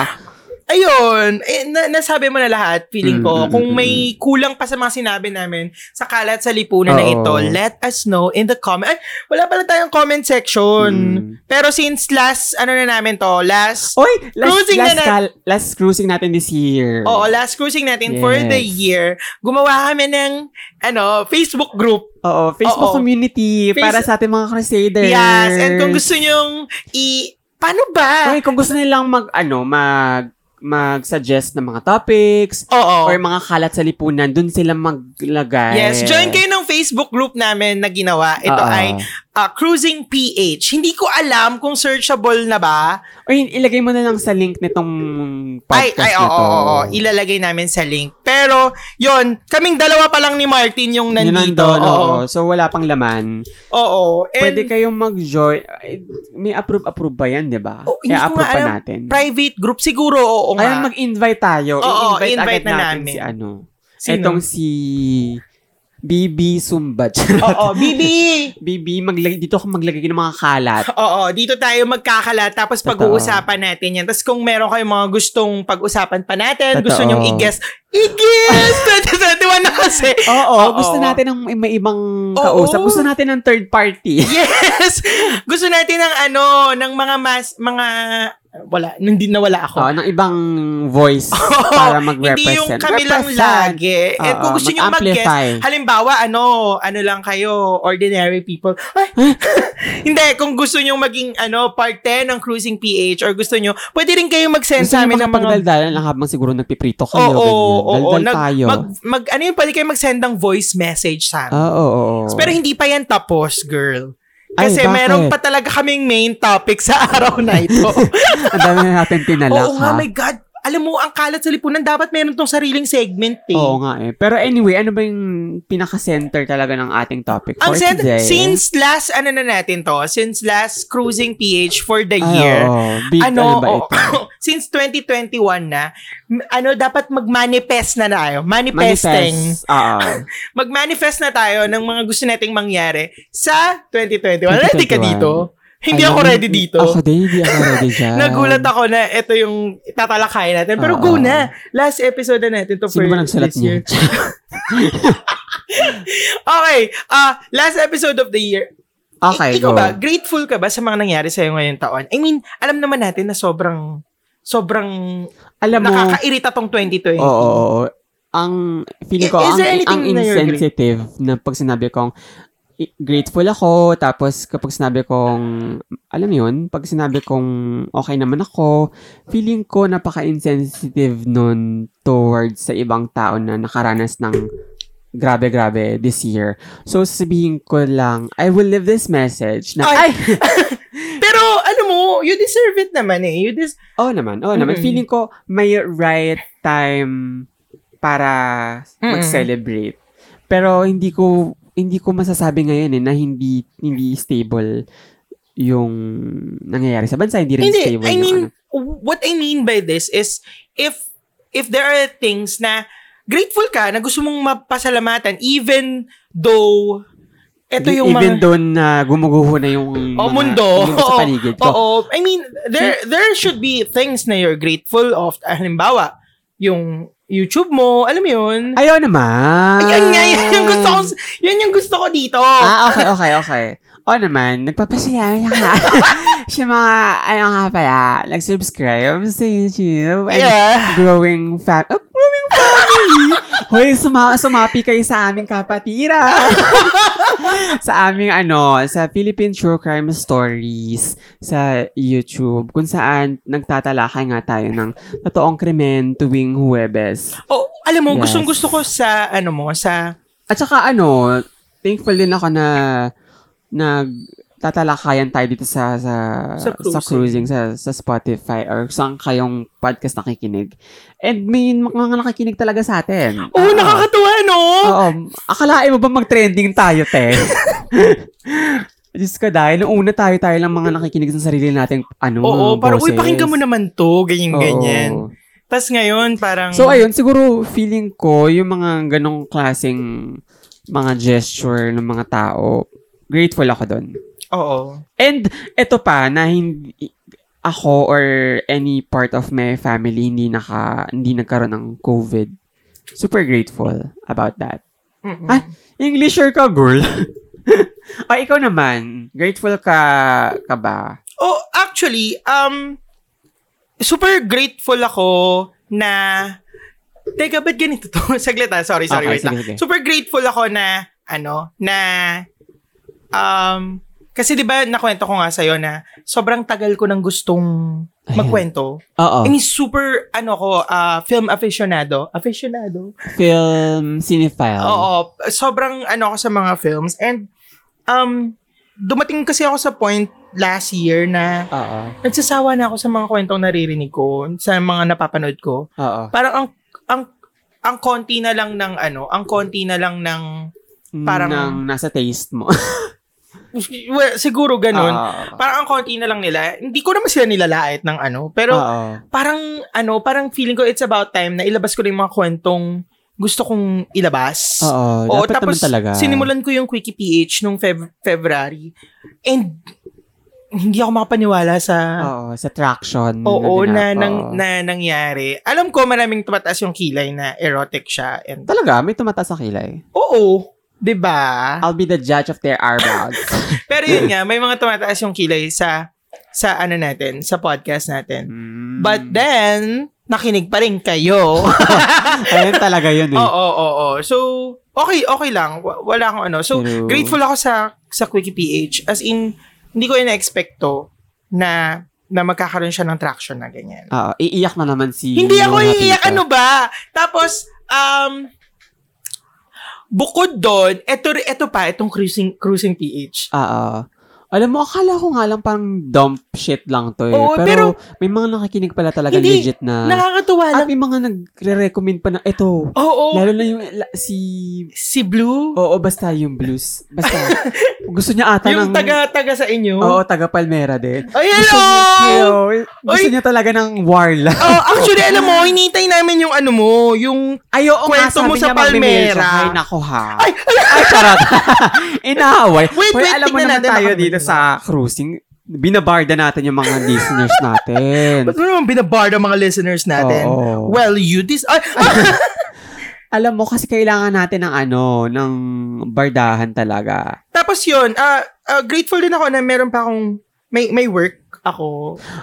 S1: Ayun, eh, na- nasabi mo na lahat, feeling
S2: Mm,
S1: ko.
S2: mm,
S1: Kung
S2: mm,
S1: may kulang pa sa mga sinabi namin sa kalat sa lipunan na
S2: Oo.
S1: ito, let us know in the comment. Ay, wala pala tayong comment section.
S2: Mm.
S1: Pero since last, ano na namin to, last,
S2: Oy, last,
S1: Cruising
S2: last,
S1: na na-
S2: cal- last cruising natin this year.
S1: oo, last cruising natin for the
S2: Yes.
S1: year, gumawa kami ng, ano, Facebook group.
S2: Oo, Facebook
S1: Oo.
S2: community
S1: Face-
S2: para sa ating mga crusaders.
S1: Yes, and kung gusto nyong i, paano ba?
S2: Oy, kung gusto nilang mag, ano, mag, mag-suggest ng mga topics
S1: Oo.
S2: or mga kalat sa lipunan, dun sila maglagay.
S1: Yes, join kayo ng Facebook group namin na ginawa. Ito
S2: Oo.
S1: ay ah, Cruising PH. Hindi ko alam kung searchable na ba.
S2: Or ilagay mo na lang sa link nitong
S1: Ay,
S2: podcast
S1: ay,
S2: na
S1: oo,
S2: to.
S1: oo, oo. Ilalagay namin sa link. Pero, yon kaming dalawa pa lang ni Martin yung
S2: Yun
S1: nandito.
S2: nandun,
S1: oo,
S2: oo. So, wala pang laman.
S1: oo. And
S2: Pwede kayong mag-join. Ay, May approve-approve ba yan, di ba?
S1: Oh, hindi
S2: Kaya
S1: ko nga
S2: approve pa
S1: alam.
S2: natin.
S1: private group, siguro, oo nga.
S2: Ay, mag-invite tayo.
S1: Oo,
S2: I-invite,
S1: invite
S2: agad
S1: na
S2: natin
S1: namin.
S2: si ano.
S1: Sino?
S2: Etong si BB *laughs* Sumbat.
S1: oo, Bibi!
S2: *laughs* BB, maglagay, dito ako maglagay ng mga kalat.
S1: Oo, dito tayo magkakala tapos
S2: Totoo.
S1: pag-uusapan natin yan. Tapos kung meron kayong mga gustong pag-usapan pa natin,
S2: Totoo.
S1: gusto nyong i-guess, i-guess! *laughs* 2021 na kasi!
S2: Oo, gusto
S1: *laughs* Oo.
S2: natin ng may ibang kausap. Gusto natin ng third
S1: *laughs*
S2: party.
S1: Yes! Gusto natin ng ano, ng mga mas, mga, wala, hindi na wala ako.
S2: Oo, ng ibang
S1: *laughs*
S2: voice
S1: Oo,
S2: para mag-represent.
S1: Hindi yung kami lang
S2: Represent.
S1: lagi. And
S2: Oo,
S1: kung gusto nyo mag-guess,
S2: mag-amplify.
S1: halimbawa, ano, ano lang kayo, ordinary people. Ay, *laughs* hindi, kung gusto nyo maging, ano, part 10 ng Cruising PH or gusto nyo, pwede rin kayo mag-send
S2: Gusto
S1: sa
S2: nyo
S1: amin ng mga...
S2: makapagdaldalan lang habang siguro nagpiprito
S1: Oo,
S2: kayo. ganyan.
S1: oo, oo.
S2: Daldal
S1: Nag-
S2: tayo.
S1: Mag, mag, ano yun, pwede kayo mag-send ng voice message sa amin.
S2: Oo, oo, oo.
S1: Pero hindi pa yan tapos, girl.
S2: Ah. Ay,
S1: Kasi
S2: bakit?
S1: meron pa talaga kaming main topic sa *laughs* araw na
S2: *laughs*
S1: ito.
S2: Ang dami na natin pinalak,
S1: *laughs* Oo nga,
S2: ha?
S1: my God. Alam mo, ang kalat sa lipunan, dapat meron tong sariling segment eh.
S2: Oo nga eh. Pero anyway, ano ba yung pinaka-center talaga ng ating topic
S1: ang
S2: for
S1: sen-
S2: today?
S1: since last, ano na natin to, since last Cruising PH for the
S2: Ay,
S1: year,
S2: Ah, oo. big ano,
S1: ano,
S2: ba
S1: oo,
S2: ito?
S1: *laughs* since 2021 na, m- ano, dapat mag-manifest na tayo. Manifesting.
S2: Manifest. Ah, Oo.
S1: Mag-manifest na tayo ng mga gusto nating mangyari sa 2021. Ready ka
S2: 2021.
S1: dito? *laughs* Hindi
S2: Alam
S1: ako
S2: mo,
S1: ready dito.
S2: Ako din, hindi ako ready dyan.
S1: *laughs* Nagulat ako na ito yung tatalakay natin. Pero
S2: Oo.
S1: go na. Last episode na natin to
S2: Sino
S1: for
S2: ba nagsalat
S1: this year.
S2: niya?
S1: *laughs* Okay. ah last episode of the year.
S2: okay,
S1: Ik- ikaw ba, grateful ka ba sa mga nangyari sa'yo ngayong taon? I mean, alam naman natin na sobrang, sobrang
S2: Alam mo,
S1: nakakairita tong 2020.
S2: oo, oo, oo. Ang feeling ko,
S1: eh. Is
S2: ang,
S1: there anything
S2: ang
S1: na you're
S2: insensitive na pag sinabi kong i- grateful ako, tapos kapag sinabi kong, alam mo yun, pag sinabi kong okay naman ako, feeling ko napaka-insensitive nun towards sa ibang tao na nakaranas ng grabe-grabe this year. So, sabihin ko lang, I will leave this message na,
S1: Ay! *laughs* Pero, ano mo, you deserve it naman eh. You des-
S2: Oo naman, oo naman.
S1: Mm-mm.
S2: Feeling ko may right time para
S1: Mm-mm.
S2: mag-celebrate. Pero hindi ko hindi ko masasabi ngayon eh na hindi hindi stable yung nangyayari sa bansa, hindi rin
S1: Hindi,
S2: stable.
S1: I
S2: yung
S1: mean,
S2: ano.
S1: what I mean by this is, if, if there are things na grateful ka, na gusto mong mapasalamatan, even though, ito yung
S2: even
S1: mga...
S2: doon na gumuguho na yung
S1: O
S2: mga-
S1: mundo. Oh,
S2: yung sa
S1: *laughs* Oo.
S2: paligid ko.
S1: Oo. I mean, there there should be things na you're grateful of. Ah, Halimbawa, yung YouTube mo, alam mo yun?
S2: Ayaw naman.
S1: Yan nga, yan yung *laughs* gusto ko, yan yung gusto ko dito.
S2: Ah, okay, okay, okay. O naman, nagpapasaya lang
S1: *laughs*
S2: nga. sa mga, ano nga pala, nag-subscribe sa YouTube. And
S1: Yeah.
S2: Growing fat. Oh, growing family! Hoy, suma sumapi kayo sa aming kapatira. *laughs* sa aming ano, sa Philippine True Crime Stories sa YouTube, kung saan nagtatalakay nga tayo ng totoong krimen tuwing Huwebes.
S1: Oh, alam mo,
S2: Yes.
S1: gustong gusto ko sa, ano mo, sa,
S2: At saka ano, thankful din ako na nagtatalakayan tayo dito sa sa sa
S1: Sa
S2: cruising,
S1: cruising.
S2: sa, sa Spotify or saan kayong podcast nakikinig. And may mga nakikinig talaga sa atin.
S1: oh,
S2: Oo.
S1: nakakatuwa, no?
S2: Oo. Akalain mo ba mag-trending tayo, te? *laughs* Diyos ko dahil, nung una tayo-tayo lang mga nakikinig sa sarili nating ano,
S1: Oo, parang, uy,
S2: boses."
S1: pakinggan mo naman to,
S2: Oo.
S1: ganyan-ganyan. Tapos ngayon, parang,
S2: So, ayun, siguro feeling ko yung mga ganong klaseng mga gesture ng mga tao, grateful ako doon.
S1: oo.
S2: And eto pa na hindi ako or any part of my family hindi naka hindi nagkaroon ng COVID. Super grateful about that.
S1: Mm-mm.
S2: Ah, Englisher ka, girl. *laughs* o, ikaw naman. Grateful ka, ka ba?
S1: Oh, actually, um, super grateful ako na, teka, ba't ganito to? *laughs* Saglit ah, sorry, sorry,
S2: Okay,
S1: wait lang.
S2: sige, sige.
S1: Super grateful ako na, ano, na, um, kasi di ba nakwento ko nga sa'yo na sobrang tagal ko nang gustong
S2: Ayan. Oh.
S1: magkwento.
S2: Oo.
S1: I mean, super, ano ko, ah, film aficionado. Aficionado?
S2: Film cinephile.
S1: Oo. Sobrang ano ako sa mga films. And, um, dumating kasi ako sa point last year na
S2: Oo.
S1: nagsasawa na ako sa mga kwentong naririnig ko, sa mga napapanood ko.
S2: Oo.
S1: Parang ang, ang, ang konti na lang ng ano, ang konti na lang ng,
S2: Parang
S1: Parang-
S2: Nang nasa taste mo.
S1: well, siguro ganun.
S2: Oo.
S1: Parang ang konti na lang nila. Hindi ko naman sila nilalait ng ano. Pero,
S2: ah, Oo.
S1: parang ano, parang feeling ko it's about time na ilabas ko na yung mga kwentong gusto kong ilabas.
S2: Oo. Oh,
S1: Oo,
S2: Dapat
S1: tapos
S2: naman talaga.
S1: sinimulan ko yung Quickie PH nung Feb- February. And hindi ako makapaniwala sa
S2: Oo. Sa traction.
S1: oo na,
S2: dinap-
S1: nang,
S2: oo.
S1: na nangyari. Alam ko maraming tumataas yung kilay na erotic siya. And,
S2: Talaga, may tumataas sa kilay.
S1: oo, 'di ba?
S2: I'll be the judge of their armouts.
S1: Pero yun nga, may mga tumataas yung kilay sa sa ano natin, sa podcast natin.
S2: Mm.
S1: *laughs* But then, nakinig pa rin kayo.
S2: Ayun talaga yun eh.
S1: *laughs* Oo, oo, oo. So, okay, okay lang. Wa- Wala akong ano. So,
S2: Pero-
S1: grateful ako sa sa Quickie PH. As in, hindi ko ina-expect to na na magkakaroon siya ng traction na ganyan.
S2: Oo, iiyak na naman si...
S1: hindi ako
S2: Luna
S1: iiyak,
S2: Tita.
S1: ano ba? Tapos, um, bukod doon, eto, ri- eto pa, itong cruising, cruising PH.
S2: Oo. Alam mo, akala ko nga lang parang dump shit lang to eh.
S1: Oo,
S2: pero,
S1: pero-
S2: may mga nakikinig pala talaga
S1: Hindi,
S2: legit na...
S1: Nakakatuwa
S2: At
S1: lang.
S2: may mga nagre-recommend pa na, eto,
S1: Oo,
S2: lalo na yung la- si...
S1: si Blue,
S2: Oo, basta yung blues. Basta. gusto niya ata ng...
S1: yung taga-taga sa inyo.
S2: Oo, taga Palmera din.
S1: Ay,
S2: Gusto niya,
S1: hello!
S2: Gusto
S1: Oy!
S2: niya talaga ng warla.
S1: Oh, actually, alam mo, hinihintay namin yung ano mo, yung
S2: Ay, oo nga,
S1: Kwento
S2: sabi
S1: mo sa
S2: niya magme-mail
S1: Palmera.
S2: siya. Ay, nako ha.
S1: Ay!
S2: Ay, charot. *laughs* Inaaway. Hoy,
S1: Wait, wait,
S2: alam mo
S1: tignan
S2: naman
S1: natin,
S2: tayo
S1: nakakamit
S2: dito
S1: na.
S2: sa cruising. binabarda natin yung mga listeners
S1: *laughs*
S2: natin.
S1: Ba't mo ano naman binabarda mga listeners natin?
S2: Oo.
S1: Well, you dis... Ay,
S2: Alam mo, kasi kailangan natin ng ano, ng bardahan talaga.
S1: Tapos yun, ah ah, grateful din ako na meron pa akong, may, may work Oh. ako.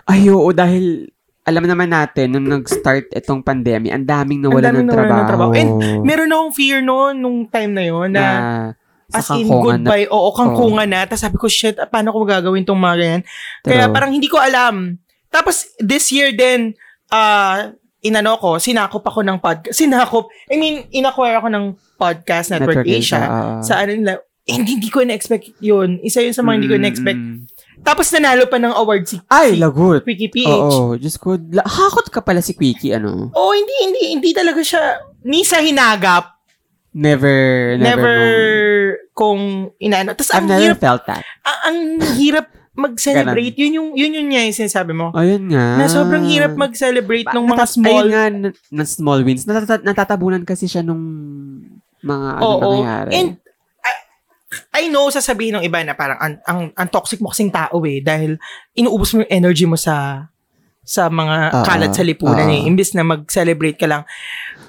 S2: Ay, oo, dahil alam naman natin, nung nag-start itong pandemya, ang daming nawala
S1: daming
S2: ng
S1: nawala ng
S2: trabaho.
S1: trabaho. And Meron akong fear noon, nung time na yun,
S2: na,
S1: na,
S2: sa
S1: as
S2: kangkungan
S1: in
S2: na. Oh.
S1: goodbye, oo, kangkungan na. Tapos sabi ko, shit, ah, paano ko gagawin tong mga ganyan? Kaya
S2: True.
S1: parang hindi ko alam. Tapos this year din, ah inano ko, sinakop ako ng podcast. Sinakop, I mean, inacquire ako ng podcast Network, Asia.
S2: ah.
S1: Sa ano nila, hindi, hindi ko na-expect yun. Isa yun sa mga hindi ko na-expect.
S2: Mm, mm.
S1: Tapos nanalo pa ng award si
S2: Ay, lagot.
S1: Wiki PH.
S2: Oo, just ko. La- hakot ka pala si Quickie, ano?
S1: Oh, hindi, hindi, hindi talaga siya, ni sa hinagap,
S2: Never, never.
S1: never
S2: known.
S1: kung inaano. Tapos
S2: I've
S1: ang
S2: never
S1: hirap,
S2: felt that.
S1: ang, ang hirap mag-celebrate. Yun yung, yun yung niya yung sinasabi mo.
S2: Ayun nga.
S1: Na sobrang hirap mag-celebrate ng mga
S2: Natat-
S1: small.
S2: Ayun nga, na, na small wins. Natata- natatabunan kasi siya nung mga ano
S1: Oo.
S2: nangyayari.
S1: And, I- I know sasabihin ng iba na parang ang, ang, ang toxic mo kasing tao eh dahil inuubos mo yung energy mo sa sa mga
S2: Ah,
S1: kalat sa lipunan
S2: ah.
S1: eh imbes na mag-celebrate ka lang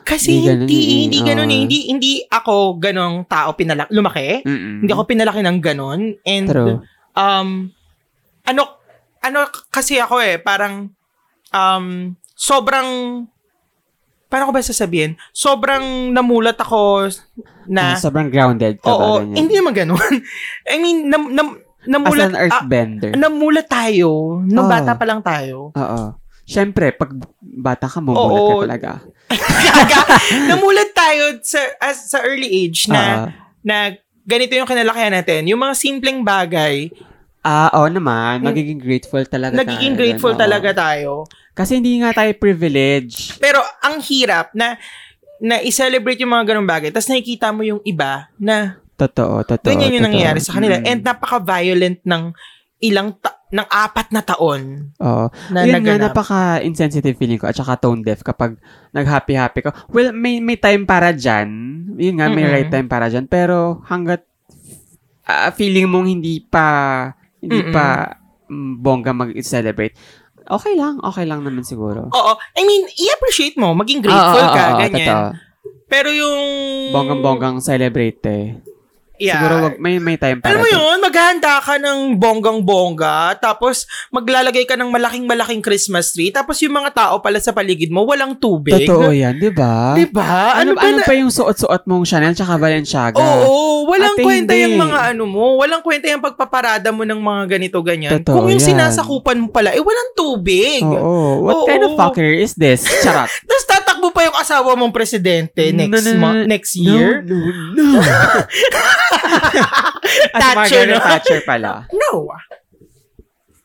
S1: kasi
S2: Hindi ganun
S1: hindi
S2: eh,
S1: hindi ganun eh
S2: ah.
S1: hindi hindi ako ganong tao pinalak lumaki
S2: Mm-mm.
S1: Hindi ako pinalaki ng ganon. And,
S2: Mm-hmm. True.
S1: um, ano, ano k- kasi ako eh, parang, um, sobrang, paano ko ba sasabihin? Sobrang namulat ako
S2: Ah,
S1: na,
S2: sobrang grounded ka ba?
S1: oo,
S2: ganyan?
S1: hindi naman ganon. *laughs* I mean, nam, nam,
S2: As
S1: namulat,
S2: an
S1: ah,
S2: earthbender.
S1: namulat tayo, nung
S2: Ah.
S1: bata pa lang tayo. *laughs*
S2: Oo. Siyempre, pag bata ka, mamulat ka
S1: Oo.
S2: talaga.
S1: Gaga! namulat tayo sa, as, sa early age na,
S2: Oo.
S1: na ganito yung kinalakihan natin. Yung mga simpleng bagay,
S2: Ah, oo naman. Magiging grateful talaga
S1: nagiging
S2: tayo,
S1: grateful
S2: ganun, oo.
S1: talaga tayo.
S2: Kasi hindi nga tayo privileged.
S1: Pero ang hirap na na i-celebrate yung mga ganung bagay. Tapos nakikita mo yung iba na
S2: Totoo, totoo.
S1: ganyan yung
S2: totoo.
S1: nangyayari sa kanila.
S2: Mm.
S1: And napaka-violent ng ilang ta- ng apat na taon
S2: Oo.
S1: na
S2: yun nga,
S1: naganap.
S2: napaka-insensitive feeling ko at saka tone deaf kapag nag-happy-happy ka. Well, may, may time para dyan. Yun nga, may
S1: Mm-mm.
S2: right time para dyan. Pero hanggat ah, feeling mong hindi pa hindi
S1: Mm-mm.
S2: pa mm, bongga mag-celebrate, okay lang. Okay lang naman siguro.
S1: Oo. I mean, i-appreciate mo. Maging grateful
S2: Oo, oo,
S1: ka.
S2: oo,
S1: ganyan.
S2: totoo.
S1: Pero yung...
S2: Bonggang-bonggang celebrate eh.
S1: Yeah.
S2: Siguro wag, may, may time para
S1: Alam mo
S2: dyan.
S1: yun, maghahanda ka ng bonggang-bongga, tapos maglalagay ka ng malaking-malaking Christmas tree, tapos yung mga tao pala sa paligid mo, walang tubig.
S2: Totoo yan, di ba?
S1: Di ba?
S2: Ano, ano,
S1: Ano, ba na-
S2: pa yung suot-suot mong Chanel tsaka Balenciaga?
S1: Oo, walang
S2: Ate,
S1: kwenta
S2: hindi.
S1: yung mga ano mo. Walang kwenta yung pagpaparada mo ng mga ganito, ganyan.
S2: Totoo
S1: Kung yung
S2: yan.
S1: sinasakupan mo pala, eh walang tubig.
S2: Oo. What
S1: Oo.
S2: kind of fucker is this?
S1: *laughs*
S2: Charot.
S1: Tapos tatakbo pa yung asawa mong presidente
S2: No,
S1: next
S2: no, no,
S1: month,
S2: no.
S1: next year.
S2: No,
S1: *laughs*
S2: no, no. At
S1: Thatcher,
S2: Margaret
S1: no?
S2: Thatcher pala.
S1: No. ah.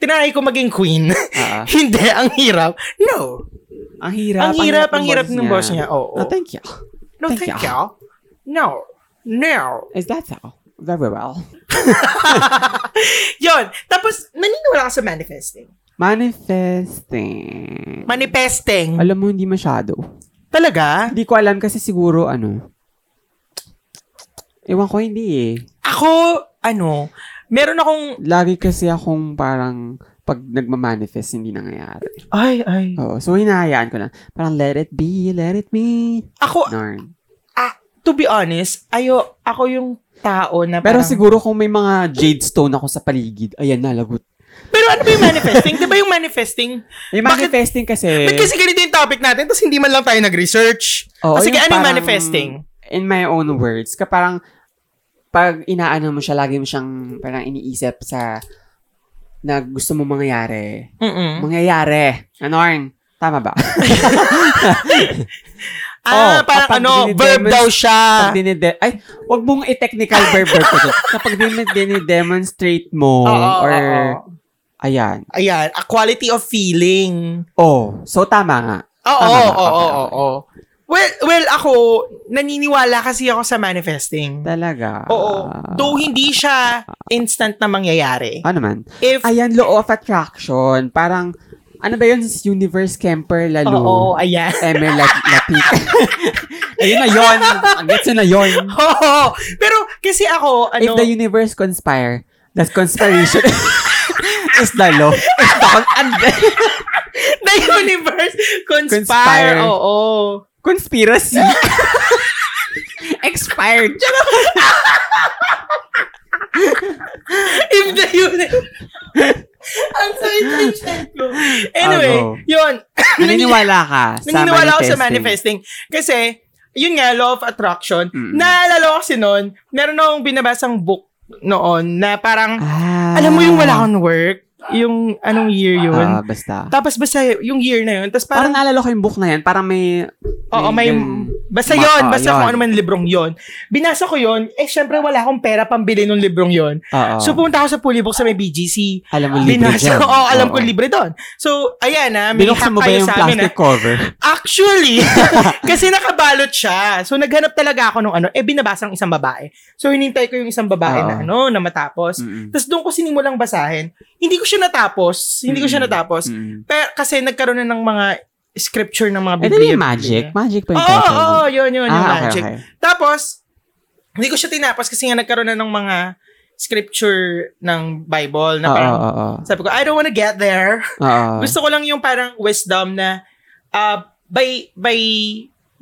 S1: Tinry ko maging queen. *laughs*
S2: Ah,
S1: Hindi, ang hirap. No.
S2: ang hirap.
S1: ang hirap, ang hirap ng boss niya. Oo.
S2: Oh, thank you.
S1: no,
S2: thank
S1: thank,
S2: you.
S1: you. No. No.
S2: Is that so? Very well.
S1: Yon. Tapos, naniniwala ka sa manifesting.
S2: Manifesting.
S1: Manifesting.
S2: alam mo, hindi masyado.
S1: Talaga?
S2: Hindi ko alam kasi siguro ano. Ewan ko, hindi eh.
S1: Ako, ano, meron akong
S2: Lagi kasi akong parang pag nagmamanifest, hindi nangyayari.
S1: Ay, ay.
S2: Oo, so hinahayaan ko lang. Parang let it be, let it be.
S1: Ako,
S2: Darn.
S1: Ah, to be honest, ayo, ako yung tao na
S2: Pero
S1: parang...
S2: siguro kung may mga jade stone ako sa paligid, ayan na, lagot.
S1: Pero ano ba yung manifesting? Di ba yung
S2: *laughs*
S1: manifesting?
S2: May
S1: Bakit-
S2: manifesting kasi.
S1: Ba't kasi ganito yung topic natin, tapos hindi man lang tayo nag-research.
S2: Oo,
S1: Oh, sige,
S2: yung
S1: ano yung
S2: parang-
S1: manifesting?
S2: In my own words, ka parang pag inaano mo siya, lagi mo siyang parang iniisip sa na gusto mo mangyayari.
S1: Mm-mm.
S2: Oh, Mangyayari. Anorn, tama ba? *laughs*
S1: Ah,
S2: Oh,
S1: parang
S2: kapag
S1: ano,
S2: dinidemons-
S1: verb daw siya.
S2: Pag dinide- ay, wag mong i-technical verb verb ko dyan. Kapag din- dinidemonstrate mo,
S1: Oo, oo,
S2: or,
S1: oo.
S2: ayan.
S1: Ayan, a quality of feeling.
S2: Oh, so tama nga.
S1: Oo,
S2: Tama,
S1: oo, oo,
S2: tama.
S1: oo, oo. Well, well, ako, naniniwala kasi ako sa manifesting.
S2: Talaga.
S1: Oo.
S2: Ah.
S1: Though hindi siya instant na mangyayari.
S2: Ano man?
S1: If,
S2: Ayan, law of attraction. Parang, ano ba yun? Universe Kemper Lalo.
S1: oo, ayan.
S2: Emer Lat- Latik. *laughs* Ayun na yun. Gets na yun.
S1: *laughs* Oo. Pero kasi ako,
S2: If
S1: ano,
S2: the universe conspire, that's conspiration. *laughs* is the law. Is the con- and *laughs* then-
S1: The
S2: *laughs*
S1: universe
S2: Conspire.
S1: conspire. Oo.
S2: conspiracy.
S1: *laughs*
S2: Expired.
S1: If the universe... *laughs* Ang sakit ng chat ko. Anyway,
S2: Ako. *laughs*
S1: yun.
S2: Ano? Naniniwala ka sa
S1: Naniniwala ako sa
S2: manifesting.
S1: manifesting. Kasi, yun nga, law of attraction.
S2: Mm.
S1: Naalala ko kasi noon, meron akong binabasang book noon na parang,
S2: Ah.
S1: alam mo yung wala akong work? Yung anong year
S2: Ah,
S1: yun?
S2: basta.
S1: Tapos basta yung year na yun. Tapos
S2: Parang
S1: parang,
S2: naalala ko yung book na yan. Parang may...
S1: oo, may,
S2: ganun.
S1: basta
S2: Ma-
S1: yun,
S2: ah,
S1: basta
S2: yun.
S1: kung ano man librong yun. Binasa ko yun, eh syempre wala akong pera pambili nung librong yun.
S2: Oo.
S1: So pumunta ako sa Pulibok sa may BGC.
S2: alam mo Ah. libre
S1: Binasa
S2: dyan.
S1: ko, oh, alam
S2: Oo.
S1: ko libre doon. So, ayan na, may
S2: Binuksan
S1: hack
S2: mo ba
S1: kayo
S2: yung
S1: sa amin ah.
S2: plastic
S1: *laughs*
S2: cover?
S1: Actually,
S2: *laughs*
S1: kasi nakabalot siya. So, naghanap talaga ako nung ano. Eh, binabasa ng isang babae. So, hinintay ko yung isang babae
S2: Oo.
S1: na ano, na matapos.
S2: Mm-mm.
S1: Tapos doon ko sinimulang basahin. Hindi ko siya natapos. Hindi ko siya
S2: Mm.
S1: natapos.
S2: Mm-mm.
S1: Pero kasi nagkaroon na ng mga scripture ng mga
S2: Eh, di ba
S1: Biblia.
S2: yung magic? Magic pa
S1: Oo,
S2: yung
S1: oo,
S2: title
S1: oo,
S2: nun?
S1: yun, yun, yung
S2: Ah, okay,
S1: magic.
S2: okay.
S1: Tapos, hindi ko siya tinapos kasi nga nagkaroon na ng mga scripture ng Bible na
S2: Oo,
S1: parang,
S2: oo, oo.
S1: sabi ko, I don't wanna get there.
S2: Oo.
S1: Gusto ko lang yung parang wisdom na uh, by by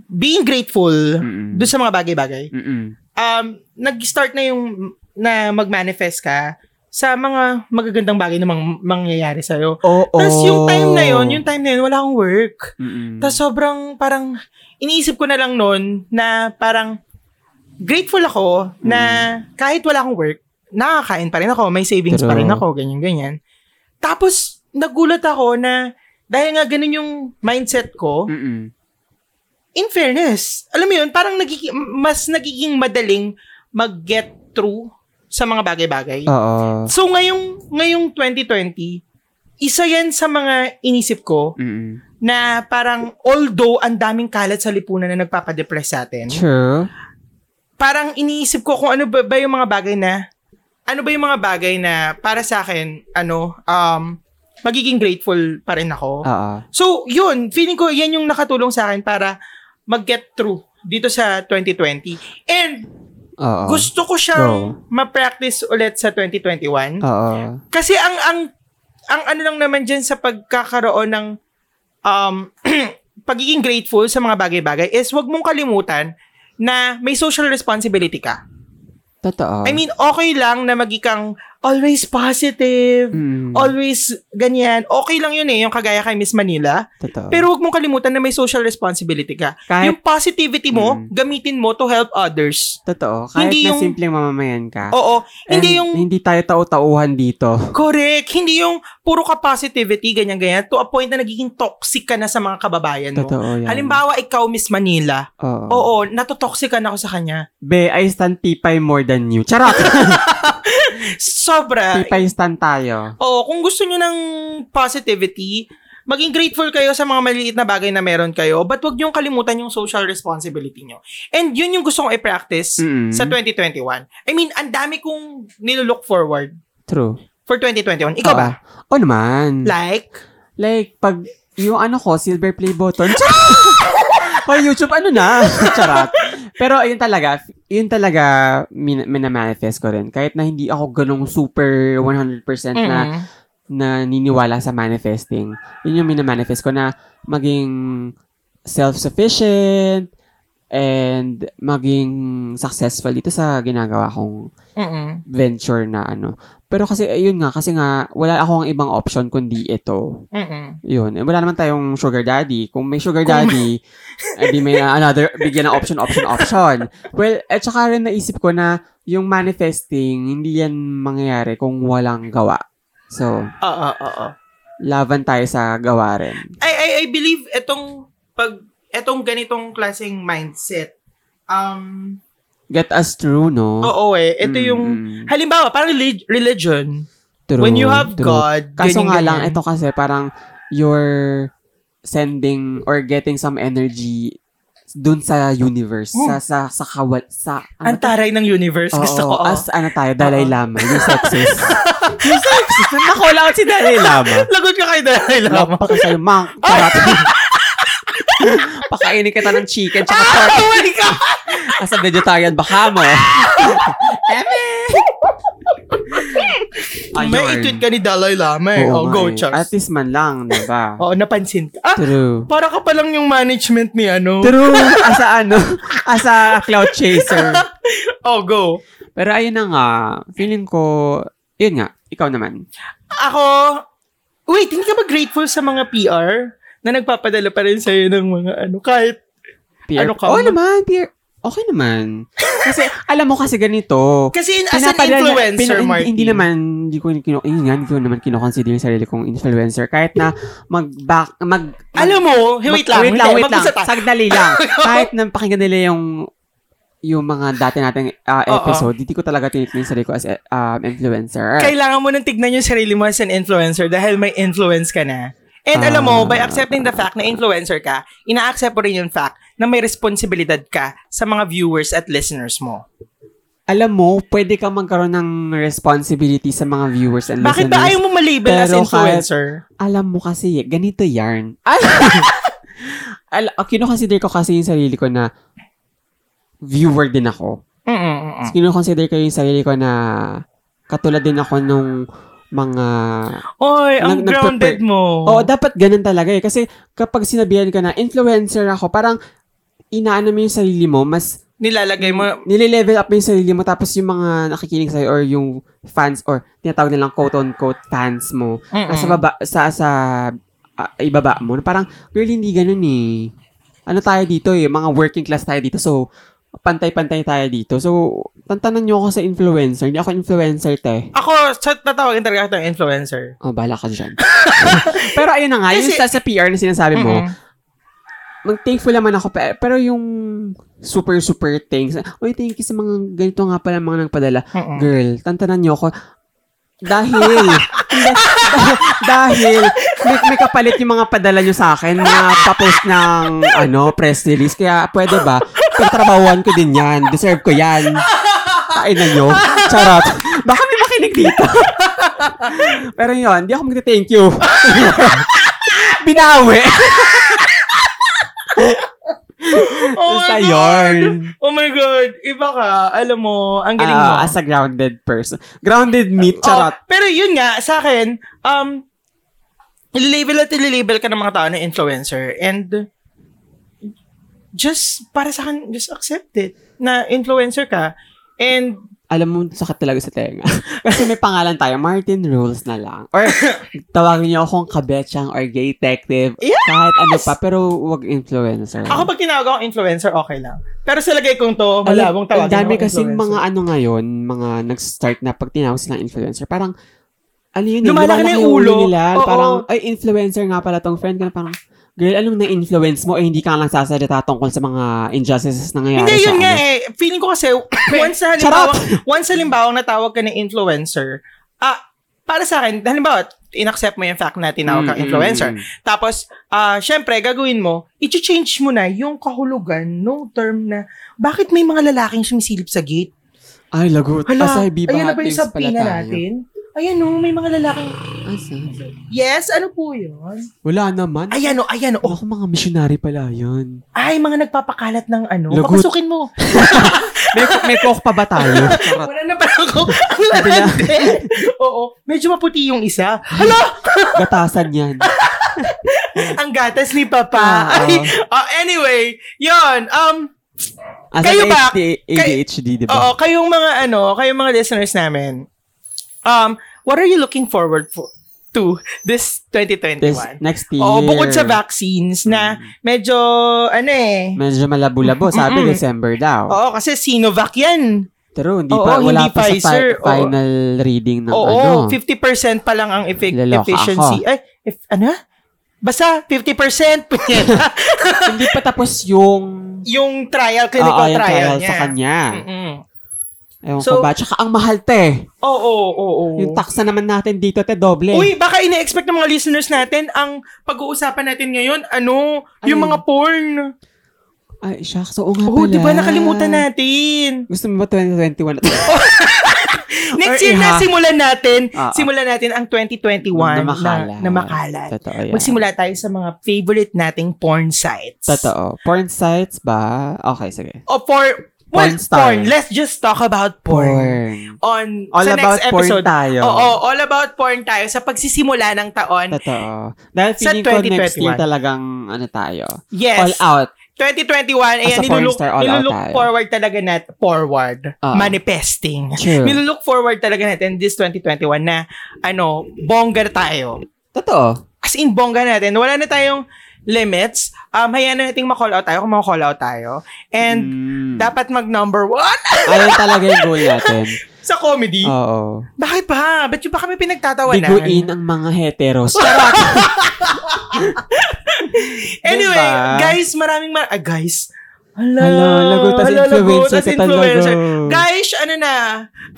S1: being grateful
S2: Mm-mm.
S1: doon sa mga bagay-bagay.
S2: Mm-mm.
S1: Um nag-start na yung na mag-manifest ka sa mga magagandang bagay na mang, mangyayari sa iyo.
S2: Oo.
S1: Tapos yung time na yon, yung time na yon wala akong work.
S2: Mm-mm.
S1: Tapos sobrang parang iniisip ko na lang noon na parang grateful ako na kahit wala akong work, nakakain pa rin ako, may savings pa
S2: True.
S1: rin ako, ganyan-ganyan. Tapos nagulat ako na dahil nga ganun yung mindset ko,
S2: Mm-mm.
S1: in fairness, alam mo yun, parang nagiki- mas nagiging madaling mag-get through sa mga bagay-bagay.
S2: Oo.
S1: So ngayong, ngayong 2020, isa yan sa mga inisip ko
S2: Mm-mm.
S1: na parang although ang daming kalat sa lipunan na nagpapadepress sa atin,
S2: True.
S1: parang iniisip ko kung ano ba, ba yung mga bagay na ano ba yung mga bagay na para sa akin ano um magiging grateful pa rin ako.
S2: Oo.
S1: So, yun, feeling ko yan yung nakatulong sa akin para mag-get through dito sa 2020. And
S2: Oo.
S1: gusto ko siyang ma-practice ulit sa 2021.
S2: Oo.
S1: Kasi ang ang ang ano lang naman diyan sa pagkakaroon ng um *clears throat* pagiging grateful sa mga bagay-bagay is 'wag mong kalimutan na may social responsibility ka.
S2: Totoo.
S1: I mean, okay lang na magikang always positive,
S2: Mm.
S1: always ganyan. Okay lang 'yun eh, yung kagaya kay Miss Manila.
S2: Totoo.
S1: Pero 'wag mong kalimutan na may social responsibility ka.
S2: Kahit-
S1: yung positivity mo,
S2: Mm.
S1: gamitin mo to help others.
S2: Totoo. Kahit
S1: Hindi
S2: na
S1: yung-
S2: simpleng mamamayan ka.
S1: Oo, hindi
S2: Ah. And
S1: yung
S2: Hindi tayo tau-tauhan dito.
S1: Correct. Hindi yung puro ka positivity, ganyan-ganyan, to a point na nagiging toxic ka na sa mga kababayan mo.
S2: Totoo yan.
S1: Halimbawa, ikaw, Miss Manila.
S2: Oo.
S1: Oo, natotoxican ako sa kanya.
S2: Be, I stand pipay more than you.
S1: *laughs*
S2: Charot! *laughs*
S1: Sobra.
S2: pipay stand tayo.
S1: Oo, kung gusto nyo ng positivity, maging grateful kayo sa mga maliliit na bagay na meron kayo, but huwag nyo kalimutan yung social responsibility nyo. And yun yung gusto kong i-practice
S2: Mm-mm.
S1: sa 2021. I mean, ang dami kong nilook forward
S2: True.
S1: for 2021. Ikaw ba?
S2: Oo Oo naman.
S1: Like?
S2: Like, pag yung ano ko, silver play
S1: *laughs*
S2: button. Pag YouTube, ano na? *laughs* Charot. Pero yun talaga, yun talaga min- minamanifest ko rin. Kahit na hindi ako ganong super 100% na
S1: Mm.
S2: na niniwala sa manifesting. Yun yung minamanifest ko na maging self-sufficient and maging successful dito sa ginagawa kong
S1: Mm-mm.
S2: venture na ano. Pero kasi, ayun nga, kasi nga, wala akong ibang option kundi ito.
S1: Mm-mm.
S2: Yun. Eh, Wala naman tayong sugar daddy. Kung may sugar daddy, eh, di may na- another, bigyan ng option, option, option. Well, at saka rin naisip ko na yung manifesting, hindi yan mangyayari kung walang gawa. So,
S1: Oo, oo, oo.
S2: laban tayo sa gawa rin.
S1: I, I, I believe itong pag etong ganitong klaseng mindset um
S2: Get us through, no?
S1: oo eh ito yung
S2: Mm, mm.
S1: halimbawa parang relig- religion
S2: True,
S1: when you have
S2: true.
S1: God
S2: Kaso
S1: ganyan,
S2: nga lang,
S1: ganyan.
S2: ito kasi parang you're sending or getting some energy dun sa universe, sa, sa, sa kawal, sa,
S1: ang
S2: ano
S1: taray ng universe
S2: Oo,
S1: gusto ko oh.
S2: as ano tayo, Dalai
S1: Oo.
S2: Lama, yung sexist. yung *laughs* sexist. Naku, wala ko si Dalai Lama.
S1: *laughs* lagot ka kay Dalai Lama
S2: Lapa ka sa'yo, mang. Parat. Pakainin kita ng chicken, tsaka pork.
S1: oh my god
S2: *laughs* As a vegetarian, baka mo. Eme! Ayun.
S1: may i-tweet ka ni Dalai Lama eh.
S2: Oo
S1: Oh,
S2: nga eh.
S1: go,
S2: At
S1: Chucks. Oh.
S2: least man lang, di
S1: *laughs*
S2: ba?
S1: Oo, napansin ka. Ah,
S2: True.
S1: para ka palang yung management ni ano.
S2: True. Asa ano? Asa cloud chaser.
S1: *laughs* Oh, go.
S2: Pero ayun na nga, feeling ko, yun nga, ikaw naman.
S1: Ako, wait, hindi ka ba grateful sa mga PR na nagpapadala pa rin sa'yo ng mga ano, kahit,
S2: Peer,
S1: Ano ka?
S2: Oo naman, peer. Okay naman. Kasi, alam mo kasi ganito.
S1: kasi in- as an
S2: pinapadala-
S1: influencer,
S2: pina- hindi-
S1: Martin.
S2: Hindi naman, hindi ko, kino, yun nga, hindi ko naman kinoconsider yung sarili kong influencer. Kahit na mag-back, mag,
S1: Alam mo, hey, wait lang,
S2: wait lang, wait lang.
S1: magbasa tayo.
S2: Sagdali
S1: *laughs*
S2: lang. Kahit nang pakinggan nila yung yung mga dati nating ah,
S1: Oo.
S2: episode, hindi ko talaga tinitingnan yung sarili ko as eh, um, influencer.
S1: Kailangan mo nang tignan yung sarili mo as an influencer dahil may influence ka na. And
S2: Ah.
S1: alam mo, by accepting the fact na influencer ka, ina-accept mo rin yung fact na may responsibilidad ka sa mga viewers at listeners mo.
S2: Alam mo, pwede ka magkaroon ng responsibility sa mga viewers and
S1: Bakit ba
S2: listeners.
S1: ayaw mo malabel
S2: Pero
S1: as
S2: kahit-
S1: influencer?
S2: Alam mo kasi, ganito yarn.
S1: *laughs*
S2: *laughs* Al- ah, kinoconsider ko kasi yung sarili ko na viewer din ako.
S1: Mm-mm-mm.
S2: Kinoconsider ko yung sarili ko na katulad din ako nung mga...
S1: Oy, ang
S2: Nag- nagpe-
S1: grounded mo.
S2: Oo, dapat ganun talaga eh. Kasi kapag sinabihan ka na influencer ako, parang inaano mo yung sarili mo, mas
S1: Nilalagay mo.
S2: nililevel up mo yung sarili mo tapos yung mga nakikinig sa'yo or yung fans or tinatawag nilang quote-unquote fans mo
S1: Mm-mm.
S2: nasa baba, sa, sa ah, ibaba mo. Parang, girl, hindi ganun eh. Ano tayo dito eh, mga working class tayo dito. So, pantay-pantay tayo dito. So, tantanan nyo ako sa influencer. Hindi ako influencer, te.
S1: Ako, sa tatawagin talaga ako ng influencer.
S2: Oh, bahala ka
S1: *laughs*
S2: dyan. Pero ayun na nga, yung
S1: Kasi-
S2: sa, sa PR na sinasabi mo,
S1: Mm-mm.
S2: mag-thankful naman ako. pe- Pero yung super, super thanks. Uy, thank you sa mga ganito nga pala mga nagpadala.
S1: Mm-mm.
S2: Girl, tantanan niyo ako. Dahil, *laughs* dah- dahil, may, may kapalit yung mga padala niyo sa akin na papost ng, ano, press release. Kaya, pwede ba? Pagtrabawan ko din yan. Deserve ko yan. Kain na nyo. Charot. Baka may makinig dito. Pero yun, di ako magte-thank you. *laughs* Binawi.
S1: Oh
S2: Basta
S1: my God!
S2: yun.
S1: Oh my God! Iba ka. Alam mo, ang galing mo.
S2: Ah, as a grounded person. Grounded meat, charot.
S1: Oh, pero yun nga, sa akin, um, label at label ka ng mga tao na influencer. And just, para sa akin, just accept it na influencer ka. And
S2: alam mo, sakit talaga sa tenga. *laughs* Kasi may pangalan tayo, Martin Rules na lang.
S1: *laughs*
S2: Or tawagin niyo akong kabetsang or gay detective.
S1: Yes!
S2: Kahit ano pa, pero wag influencer.
S1: ako pag tinawag akong influencer, okay lang. Pero sa lagay kong to,
S2: Alam,
S1: malabong tawagin
S2: Ang dami
S1: akong
S2: kasing
S1: influencer.
S2: mga ano ngayon, mga nag-start na pag tinawag silang influencer, parang, ano yun, eh,
S1: Lumalaki na yung ulo.
S2: nila.
S1: Oo.
S2: Parang, ay, influencer nga pala tong friend ko. na Parang, girl, anong na-influence mo? Eh, hindi ka lang sasalita tungkol sa mga injustices na nangyayari
S1: Hindi,
S2: sa
S1: yun nga
S2: ano.
S1: eh. Feeling
S2: *coughs*
S1: ko kasi, once na halimbawa, once halimbawa natawag ka na influencer, ah, para sa akin, halimbawa, inaccept mo yung fact na tinawag
S2: Mm,
S1: kang
S2: mm,
S1: influencer.
S2: mm.
S1: Tapos, ah, syempre, gagawin mo, i-change mo na yung kahulugan no term na, bakit may mga lalaking sumisilip sa gate?
S2: Ay, lagot.
S1: Hala,
S2: Asay, biba
S1: ayan na ba yung
S2: hotcakes pala
S1: subpina
S2: tayo.
S1: natin? Ayan o, may mga lalaking.
S2: Asay.
S1: Yes, ano po yun?
S2: Wala naman.
S1: Ayan o, ayan o.
S2: Ako mga missionary pala yun.
S1: Ay, mga nagpapakalat ng ano.
S2: Lagot.
S1: Papasukin mo.
S2: may, may coke pa ba
S1: *laughs*
S2: tayo? Charot.
S1: Wala na parang ako. Ang lalande.
S2: *laughs*
S1: Oo. Medyo maputi yung isa. Hala!
S2: Gatasan yan.
S1: Ang gatas ni Papa.
S2: Ah,
S1: Ay,
S2: oo.
S1: ah, anyway, yon Um,
S2: As
S1: Kayo
S2: an
S1: ba?
S2: ADHD, ADHD di
S1: oo,
S2: ba?
S1: kayong mga ano, kayong mga listeners namin, um, what are you looking forward for to this
S2: This
S1: 2021?
S2: next year. Mm.
S1: Oo, bukod sa vaccines na medyo, ano eh,
S2: Medyo malabo-labo. Sabi,
S1: Mm-mm.
S2: December daw.
S1: oo, kasi Sinovac yan.
S2: True, hindi
S1: Oo,
S2: pa, wala
S1: hindi
S2: pa sa
S1: Pfizer,
S2: fi-
S1: oo.
S2: final reading ng ano.
S1: Oo, 50% pa lang ang effic-
S2: Laloka
S1: efficiency. Ay, if, ano?
S2: *laughs*
S1: Basta, *laughs* 50%.
S2: hindi pa tapos yung
S1: yung trial,
S2: Oo,
S1: clinical
S2: Ah, yung
S1: trial,
S2: trial
S1: niya.
S2: sa kanya.
S1: Mm-mm.
S2: Ewan ko
S1: So-
S2: ba? Tsaka ang mahal, te.
S1: Oo, oo, oo.
S2: Yung taksa naman natin dito, te, doble.
S1: Uy, baka ina-expect ng mga listeners natin ang pag-uusapan natin ngayon, ano, yung
S2: Ano?
S1: mga porn.
S2: Ay, shucks. Oo nga
S1: Oo,
S2: pala.
S1: di ba nakalimutan natin.
S2: Gusto mo ba 2021?
S1: Next
S2: Or
S1: year na
S2: iha.
S1: simulan natin,
S2: Ah, ah.
S1: simulan natin ang 2021 na,
S2: Na makalat.
S1: na makalat.
S2: Totoo yan.
S1: Magsimula tayo sa mga favorite nating porn sites.
S2: Totoo. Porn sites ba? Okay, sige.
S1: O for Well,
S2: Porn star.
S1: porn. Let's just talk about porn.
S2: Porn.
S1: On
S2: All
S1: sa
S2: about
S1: next episode.
S2: porn tayo.
S1: Oo, all about porn tayo sa pagsisimula ng taon.
S2: Totoo. Dahil
S1: Sa
S2: feeling ko next
S1: 2021.
S2: year talagang ano tayo. All
S1: Yes.
S2: out.
S1: 2021, ayan,
S2: As a porn
S1: nilulook,
S2: star, all out
S1: nilulook
S2: tayo.
S1: forward talaga natin. Forward.
S2: Oo.
S1: Manifesting.
S2: True.
S1: Nilulook forward talaga natin this 2021 na, ano, bongga tayo.
S2: Totoo.
S1: As in, bongga natin. Wala na tayong limits. Um, hayaan na nating ma-call out tayo kung ma-call out tayo. And,
S2: Mm.
S1: dapat mag-number one *laughs*
S2: Ayun talaga yung goal natin.
S1: sa comedy.
S2: Ah. Oo.
S1: Bakit ba? Ba't yung ba kami pinagtatawanan?
S2: Biguin ang mga
S1: *laughs*
S2: heteros.
S1: Anyway,
S2: Diba?
S1: guys, maraming mar... Ah, guys. Hala,
S2: Hello, lagot as
S1: hala, lagot
S2: influencer
S1: as
S2: kita
S1: influencer.
S2: lagot.
S1: Guys, ano na?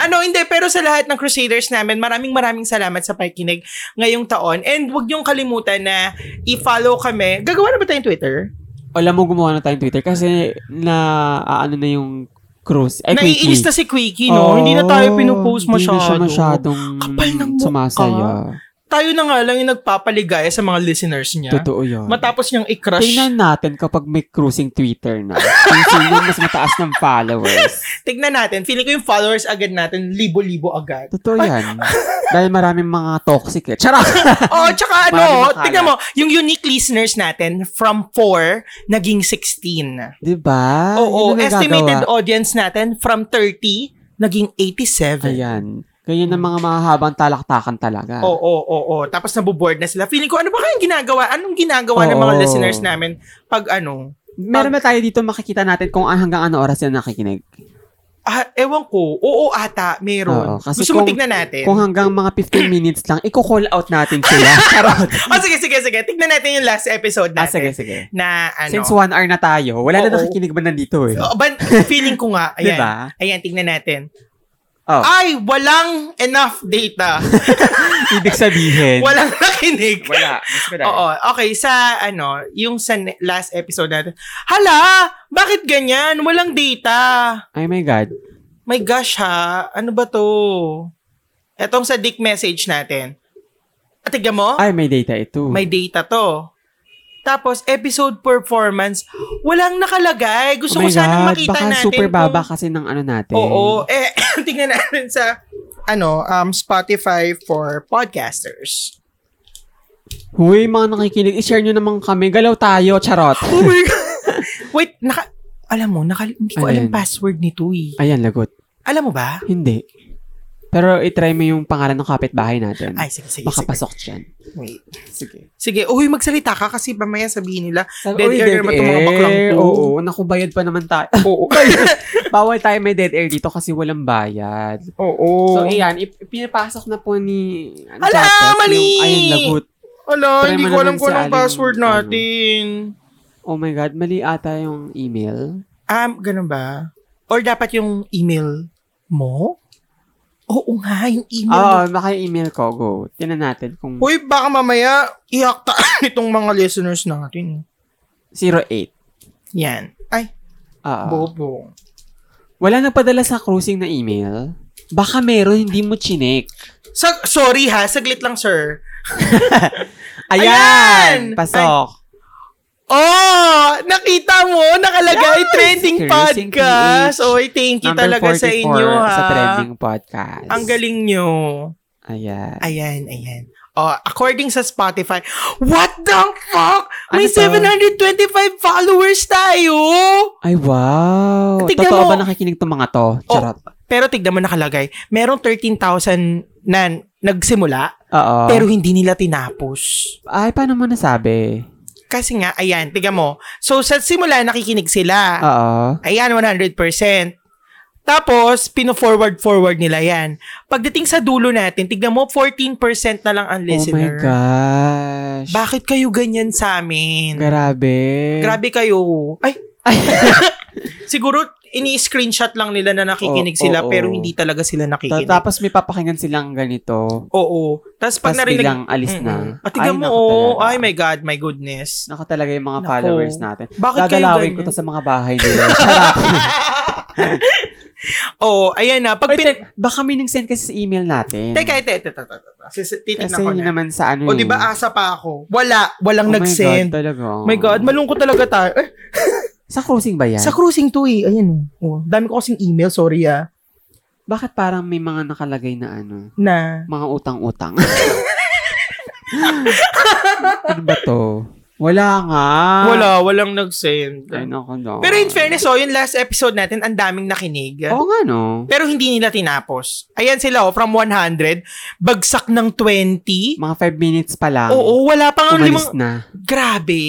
S1: Ano, hindi. Pero sa lahat ng Crusaders namin, maraming maraming salamat sa pakikinig ngayong taon. And huwag niyong kalimutan na i-follow kami. Gagawa na ba tayong Twitter?
S2: Alam mo, gumawa na tayong Twitter kasi na ano na yung cruise. Eh,
S1: Naiinis na
S2: quickly.
S1: si Quickie, no?
S2: Oo,
S1: hindi na tayo pinupost
S2: Hindi
S1: masyado.
S2: na siya masyadong
S1: Kapal ng mukha.
S2: sumasaya.
S1: Tayo na nga lang yung nagpapaligaya sa mga listeners niya.
S2: Totoo yun.
S1: Matapos niyang i-crush.
S2: Tingnan natin kapag may cruising Twitter na. Kung sino mas mataas ng followers.
S1: Tignan natin. Feeling ko yung followers agad natin, libo-libo agad.
S2: Totoo yan. Dahil maraming mga toxic eh.
S1: *laughs*
S2: Charot!
S1: Oh, tsaka
S2: Maraming
S1: ano,
S2: makalat.
S1: tignan mo, yung unique listeners natin from 4 naging 16.
S2: diba?
S1: Oo,
S2: Yun ang
S1: estimated
S2: nagagawa.
S1: audience natin from 30 naging 87.
S2: Ayan. Ganyan ang mga mahahabang talaktakan talaga.
S1: Oo, oo, oo. Tapos nabuboard na sila. Feeling ko, ano ba kayang ginagawa? Anong ginagawa ng
S2: Oo.
S1: mga listeners namin pag ano?
S2: Meron ba tayo dito makikita natin kung hanggang ano oras sila nakikinig?
S1: Ah, ewan ko. Oo ata,
S2: Oo,
S1: meron.
S2: kasi
S1: Gusto mo
S2: kung-
S1: tignan natin?
S2: Kung hanggang mga 15 minutes lang, iko-call out natin
S1: *laughs*
S2: sila. Charot!
S1: oh, sige, sige, sige. Tignan natin yung last episode
S2: ah, sige,
S1: natin.
S2: sige.
S1: Na ano.
S2: Since one hour na tayo, wala
S1: Oo.
S2: na nakikinig ba nandito eh?
S1: Oh, but feeling ko nga, ayan.
S2: *laughs* Diba?
S1: Ayan, tignan natin.
S2: Oh.
S1: Ay, walang enough data.
S2: Ibig sabihin.
S1: walang nakinig.
S2: Wala. Mas ko dahil.
S1: Oo, okay, sa ano, yung sa ne- last episode natin. Hala, bakit ganyan? Walang data.
S2: Ay Oh my God.
S1: My gosh ha, ano ba to? Etong sa dick message natin. At tignan mo,
S2: Ay, may data ito.
S1: may data to. Tapos, episode performance, walang nakalagay. Gusto
S2: Oh
S1: ko
S2: my
S1: sanang
S2: God,
S1: makita
S2: baka
S1: natin.
S2: super
S1: kung-
S2: baba kasi ng ano natin.
S1: Oo. Eh, *clears throat* tingnan natin sa ano, um, Spotify for podcasters.
S2: Huy, mga nakikinig, i-share nyo naman kami. Galaw tayo, charot.
S1: Oh my God! *laughs* Wait, naka, alam mo, naka, hindi ko alam
S2: Ayan.
S1: password nito eh.
S2: Ayan, lagot.
S1: Alam mo ba?
S2: Hindi. Pero itry mo yung pangalan ng kapitbahay natin.
S1: Ay, sige, sige,
S2: Baka
S1: sige.
S2: pasok dyan.
S1: Wait.
S2: Sige.
S1: Sige, uy, magsalita ka kasi mamaya sabihin nila,
S2: Sabi,
S1: Dead
S2: "Uy,
S1: air naman itong mga baklang to."
S2: Oo, naku, bayad pa naman tayo. *laughs*
S1: oo,
S2: Bawal tayo may dead air dito kasi walang bayad.
S1: oo.
S2: So, ayan, ip- pinapasok na po ni... Ano,
S1: Ala,
S2: Chatos, yung-
S1: mali!
S2: Ayun, lagot.
S1: Ala,
S2: Try
S1: hindi
S2: mo
S1: ko alam
S2: naman
S1: kung
S2: si
S1: anong
S2: Aling-
S1: password
S2: ano.
S1: natin.
S2: Oh my God, mali ata yung email.
S1: Um, ganun ba? Or dapat yung email mo? Oo nga, yung
S2: Oo,
S1: email
S2: oh, baka yung email ko. Go. Tinan natin kung
S1: Uy, baka mamaya *coughs* ihakta nitong mga listeners natin.
S2: 08.
S1: Yan. Ay,
S2: Oo.
S1: bobo.
S2: Wala nagpadala sa cruising na email? Baka meron, hindi mo chinek.
S1: Sa- sorry ha, saglit lang sir. Ayan!
S2: Ayan! Pasok.
S1: Oh, nakita mo, nakalagay trending
S2: Cruising
S1: podcast.
S2: PH.
S1: Oy, thank you
S2: Number
S1: talaga sa
S2: 44
S1: inyo ha.
S2: Sa trending podcast.
S1: Ang galing nyo.
S2: Ayan.
S1: Ayan, ayan. Oh, according sa Spotify, what the fuck? May
S2: Ano to?
S1: 725 followers tayo.
S2: Ay, wow.
S1: Tignan
S2: Totoo
S1: mo. Oh.
S2: ba nakikinig tong mga to? Charot.
S1: Pero tignan mo nakalagay, merong 13,000 na nagsimula,
S2: Oo.
S1: pero hindi nila tinapos.
S2: Ay, paano mo nasabi?
S1: Kasi nga, ayan, tiga mo. So, sa simula, nakikinig sila.
S2: Oo. Oh
S1: Ayan, 100%. Tapos, pino-forward-forward nila yan. Pagdating sa dulo natin, tignan mo, 14% na lang ang
S2: Oh
S1: listener.
S2: my gosh.
S1: Bakit kayo ganyan sa amin?
S2: Grabe.
S1: Grabe kayo. Ay! *laughs* Siguro, ini-screenshot lang nila na nakikinig
S2: Oo,
S1: sila
S2: oo.
S1: pero hindi talaga sila
S2: Ta-
S1: nakikinig.
S2: Tapos may papakinggan silang ganito.
S1: oo. Tapos pag
S2: Tapos
S1: narinig...
S2: biglang alis na.
S1: Mm-mm. At
S2: Ay,
S1: tignan mo,
S2: naku
S1: oh,
S2: talaga.
S1: ay my God, my goodness.
S2: Naka talaga yung mga
S1: Nako.
S2: followers natin.
S1: Bakit kayo
S2: Gagalawin ko
S1: ganyan?
S2: to sa mga bahay
S1: *laughs*
S2: nila. Charot.
S1: Oo, ayan na. Pag
S2: Wait,
S1: pin-
S2: te- baka may nag-send kasi sa email natin.
S1: Teka, teka, teka, teka, teka. Sis- Titignan
S2: Kasi
S1: ko
S2: yun
S1: na.
S2: naman sa ano
S1: O,
S2: eh.
S1: di ba asa pa ako? Wala.
S2: Oh
S1: Walang
S2: my God,
S1: nag-send.
S2: talaga.
S1: My God, malungkot talaga tayo. Eh,
S2: Sa cruising ba yan?
S1: Sa cruising to eh. Ayan. Oh. Dami ko kasing email. Sorry ah.
S2: Bakit parang may mga nakalagay na ano?
S1: Na.
S2: Mga
S1: *laughs*
S2: utang-utang. ano ba to? Wala nga.
S1: Wala. Walang nag-send.
S2: Ay, naku, no.
S1: ah, Pero in fairness, oh, yung last episode natin, ang daming nakinig.
S2: Oo nga, no?
S1: Pero hindi nila tinapos. Ayan sila, oh, from 100, bagsak ng 20.
S2: Mga five minutes pa lang.
S1: Oo, wala pang ang
S2: Umalis
S1: limang...
S2: na. Oh,
S1: Grabe.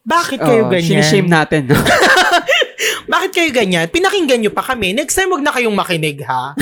S1: Bakit kayo
S2: Oo,
S1: ganyan?
S2: Sinishame natin, no? *laughs*
S1: Bakit kayo ganyan? Pinakinggan nyo pa kami. Next time, wag na kayong makinig, ha?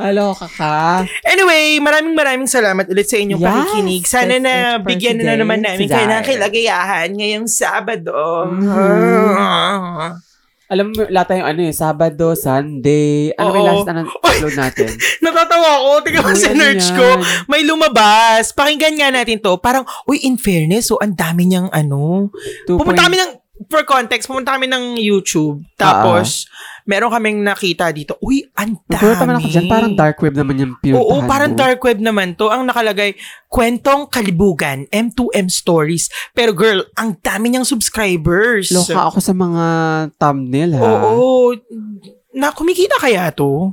S2: Aloka ka.
S1: Anyway, maraming maraming salamat ulit sa inyong
S2: Yes,
S1: pakikinig. Sana
S2: that's
S1: na
S2: it for
S1: bigyan na
S2: today,
S1: naman namin
S2: today.
S1: kayo ng kilagayahan ngayong Sabado.
S2: Mhm. Alam mo, lahat tayong ano eh, Sabado, Sunday. Ano ba
S1: Oo.
S2: yung last ano, upload
S1: *laughs*
S2: natin?
S1: *laughs* Natatawa ako. Tingnan ko
S2: Uy,
S1: sa
S2: ano
S1: nerds
S2: yan?
S1: ko. May lumabas. Pakinggan nga natin to. Parang, uy, in fairness, so ang dami niyang ano.
S2: Two
S1: Pumunta
S2: point-
S1: kami ng, for context, pumunta kami ng YouTube. Tapos, meron kaming nakita dito. Uy, ang dami.
S2: Nagpunta naman ako dyan, parang dark web naman yung pinuntahan
S1: Oo, parang
S2: mo.
S1: dark web naman to. Ang nakalagay, Kwentong Kalibugan, M2M Stories. Pero girl, ang dami niyang subscribers.
S2: Loka ako sa mga thumbnail, ha?
S1: Oo. Na, kumikita kaya to?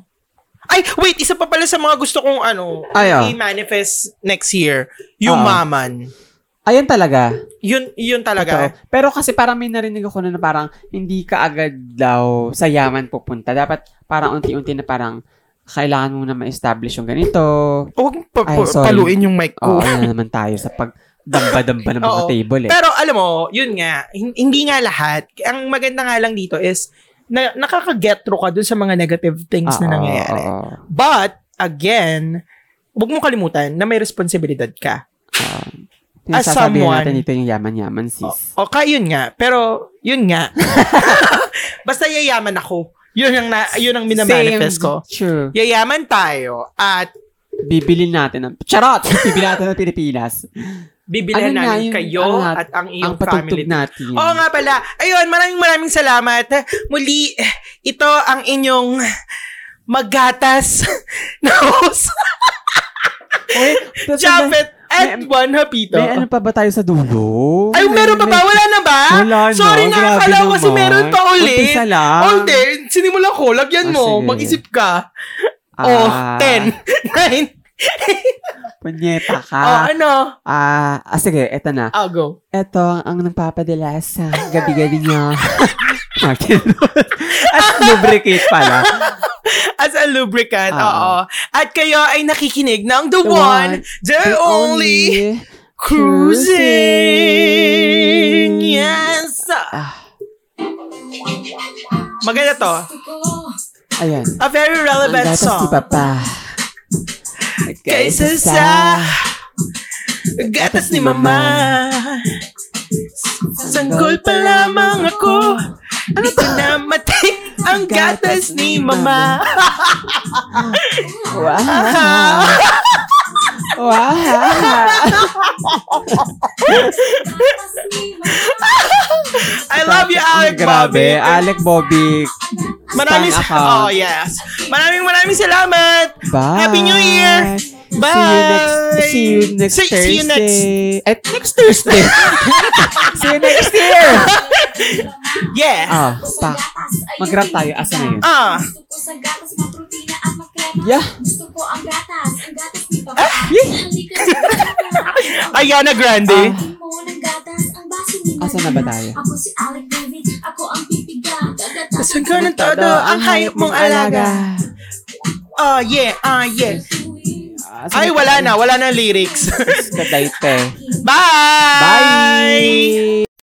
S1: Ay, wait, isa pa pala sa mga gusto kong ano,
S2: Ay, ah.
S1: i-manifest next year. Yung
S2: Oo.
S1: maman.
S2: Ayan talaga.
S1: Yun, yun
S2: Totoo.
S1: talaga.
S2: Pero kasi parang may narinig ako na, na parang hindi ka agad daw sa yaman pupunta. Dapat parang unti-unti na parang kailangan mo na ma-establish yung ganito.
S1: Huwag mong pa-
S2: Ay,
S1: pa-
S2: sorry. Ah,
S1: paluin yung mic
S2: Oo,
S1: ko.
S2: ayan na naman tayo sa pagdamba-damba ng mga
S1: Oo.
S2: table eh.
S1: Pero alam mo, yun nga, hin- hindi nga lahat. Ang maganda nga lang dito is, na, nakaka-get through ka dun sa mga negative things na
S2: Oo,
S1: nangyayari.
S2: oo, oo.
S1: But, again, huwag mong kalimutan na may responsibilidad ka. As
S2: Sinasabi
S1: someone-
S2: natin dito yung yaman-yaman, sis.
S1: O, kaya yun nga. Pero, yun nga. *laughs* Basta yayaman ako. Yun ang, na, yun ang minamanifest
S2: Same.
S1: ko.
S2: True.
S1: Yayaman tayo at
S2: Bibili natin ng... Charot! *laughs* Bibili natin ng Pilipinas.
S1: bibilihan
S2: Ano nga
S1: namin
S2: yung-
S1: kayo
S2: ano nga-
S1: at ang
S2: ang
S1: iyong
S2: patugtog
S1: family.
S2: natin.
S1: Oo nga pala. Ayun, maraming maraming salamat. Muli, ito ang inyong magatas *laughs* na host,
S2: Uy, tapos may-
S1: Japet at
S2: may-
S1: Juan Hapito.
S2: May ano pa ba tayo sa dulo?
S1: Ay, meron pa ba? Wala na ba?
S2: Wala na.
S1: Sorry na,
S2: Grabe
S1: akala ko kasi
S2: naman.
S1: meron pa ulit.
S2: Umpisa lang.
S1: All day, sinimula ko,
S2: Ah,
S1: lagyan mo,
S2: sige.
S1: mag-isip ka.
S2: Ah,
S1: oh, *laughs* 10, 9,
S2: Punyeta ka.
S1: oh, ano?
S2: Ah, ah, sige, eto na.
S1: I'll go.
S2: Eto ang nagpapadala sa gabi-gabi
S1: *laughs*
S2: niya. Martin Luther. At lubricate pala.
S1: As a lubricant,
S2: Ah.
S1: oo. At kayo ay nakikinig ng The,
S2: The
S1: One,
S2: one,
S1: The, Only, Cruising. Yes!
S2: Ah,
S1: Maganda to.
S2: ayan.
S1: A very relevant
S2: Ang gatas diba? ni
S1: song.
S2: Papa.
S1: Kaysa sa gatas ni Mama. Sanggol pa lamang ako. Ano to? Namatay ang gatas ni Mama.
S2: Wow. wow.
S1: *laughs* I love you, Alec
S2: Grabe,
S1: Bobby.
S2: Alec Bobby.
S1: Maraming
S2: Stan
S1: Oh,
S2: account.
S1: yes. Maraming maraming salamat.
S2: Bye.
S1: Happy New Year. Bye.
S2: Bye. See you next, see you next Thursday.
S1: See
S2: At next *laughs* Thursday. see you
S1: you next-
S2: next year.
S1: Yes.
S2: *laughs* Ah, pa. Mag-rap tayo. Asa na yun?
S1: Ah.
S3: Gusto ko sa gatas, maprutina at makrema.
S2: Yeah.
S3: Gusto ko ang gatas, ang gatas ni Papa. Ang likas ng gatas.
S1: Ayana Grande.
S3: Ang mo ng gatas, ang baso ni
S2: Asan na ba
S3: Manila.
S2: tayo?
S3: Ako si Alec David, ako ang pipiga. Gagata-
S1: Asan ka ng todo Ah. ang hayop mong alaga? Oh, yeah. Ah, yeah.
S2: Asan
S1: Ay, wala na. Wala na lyrics.
S2: Sa dayte.
S1: *laughs* Bye!
S2: Bye.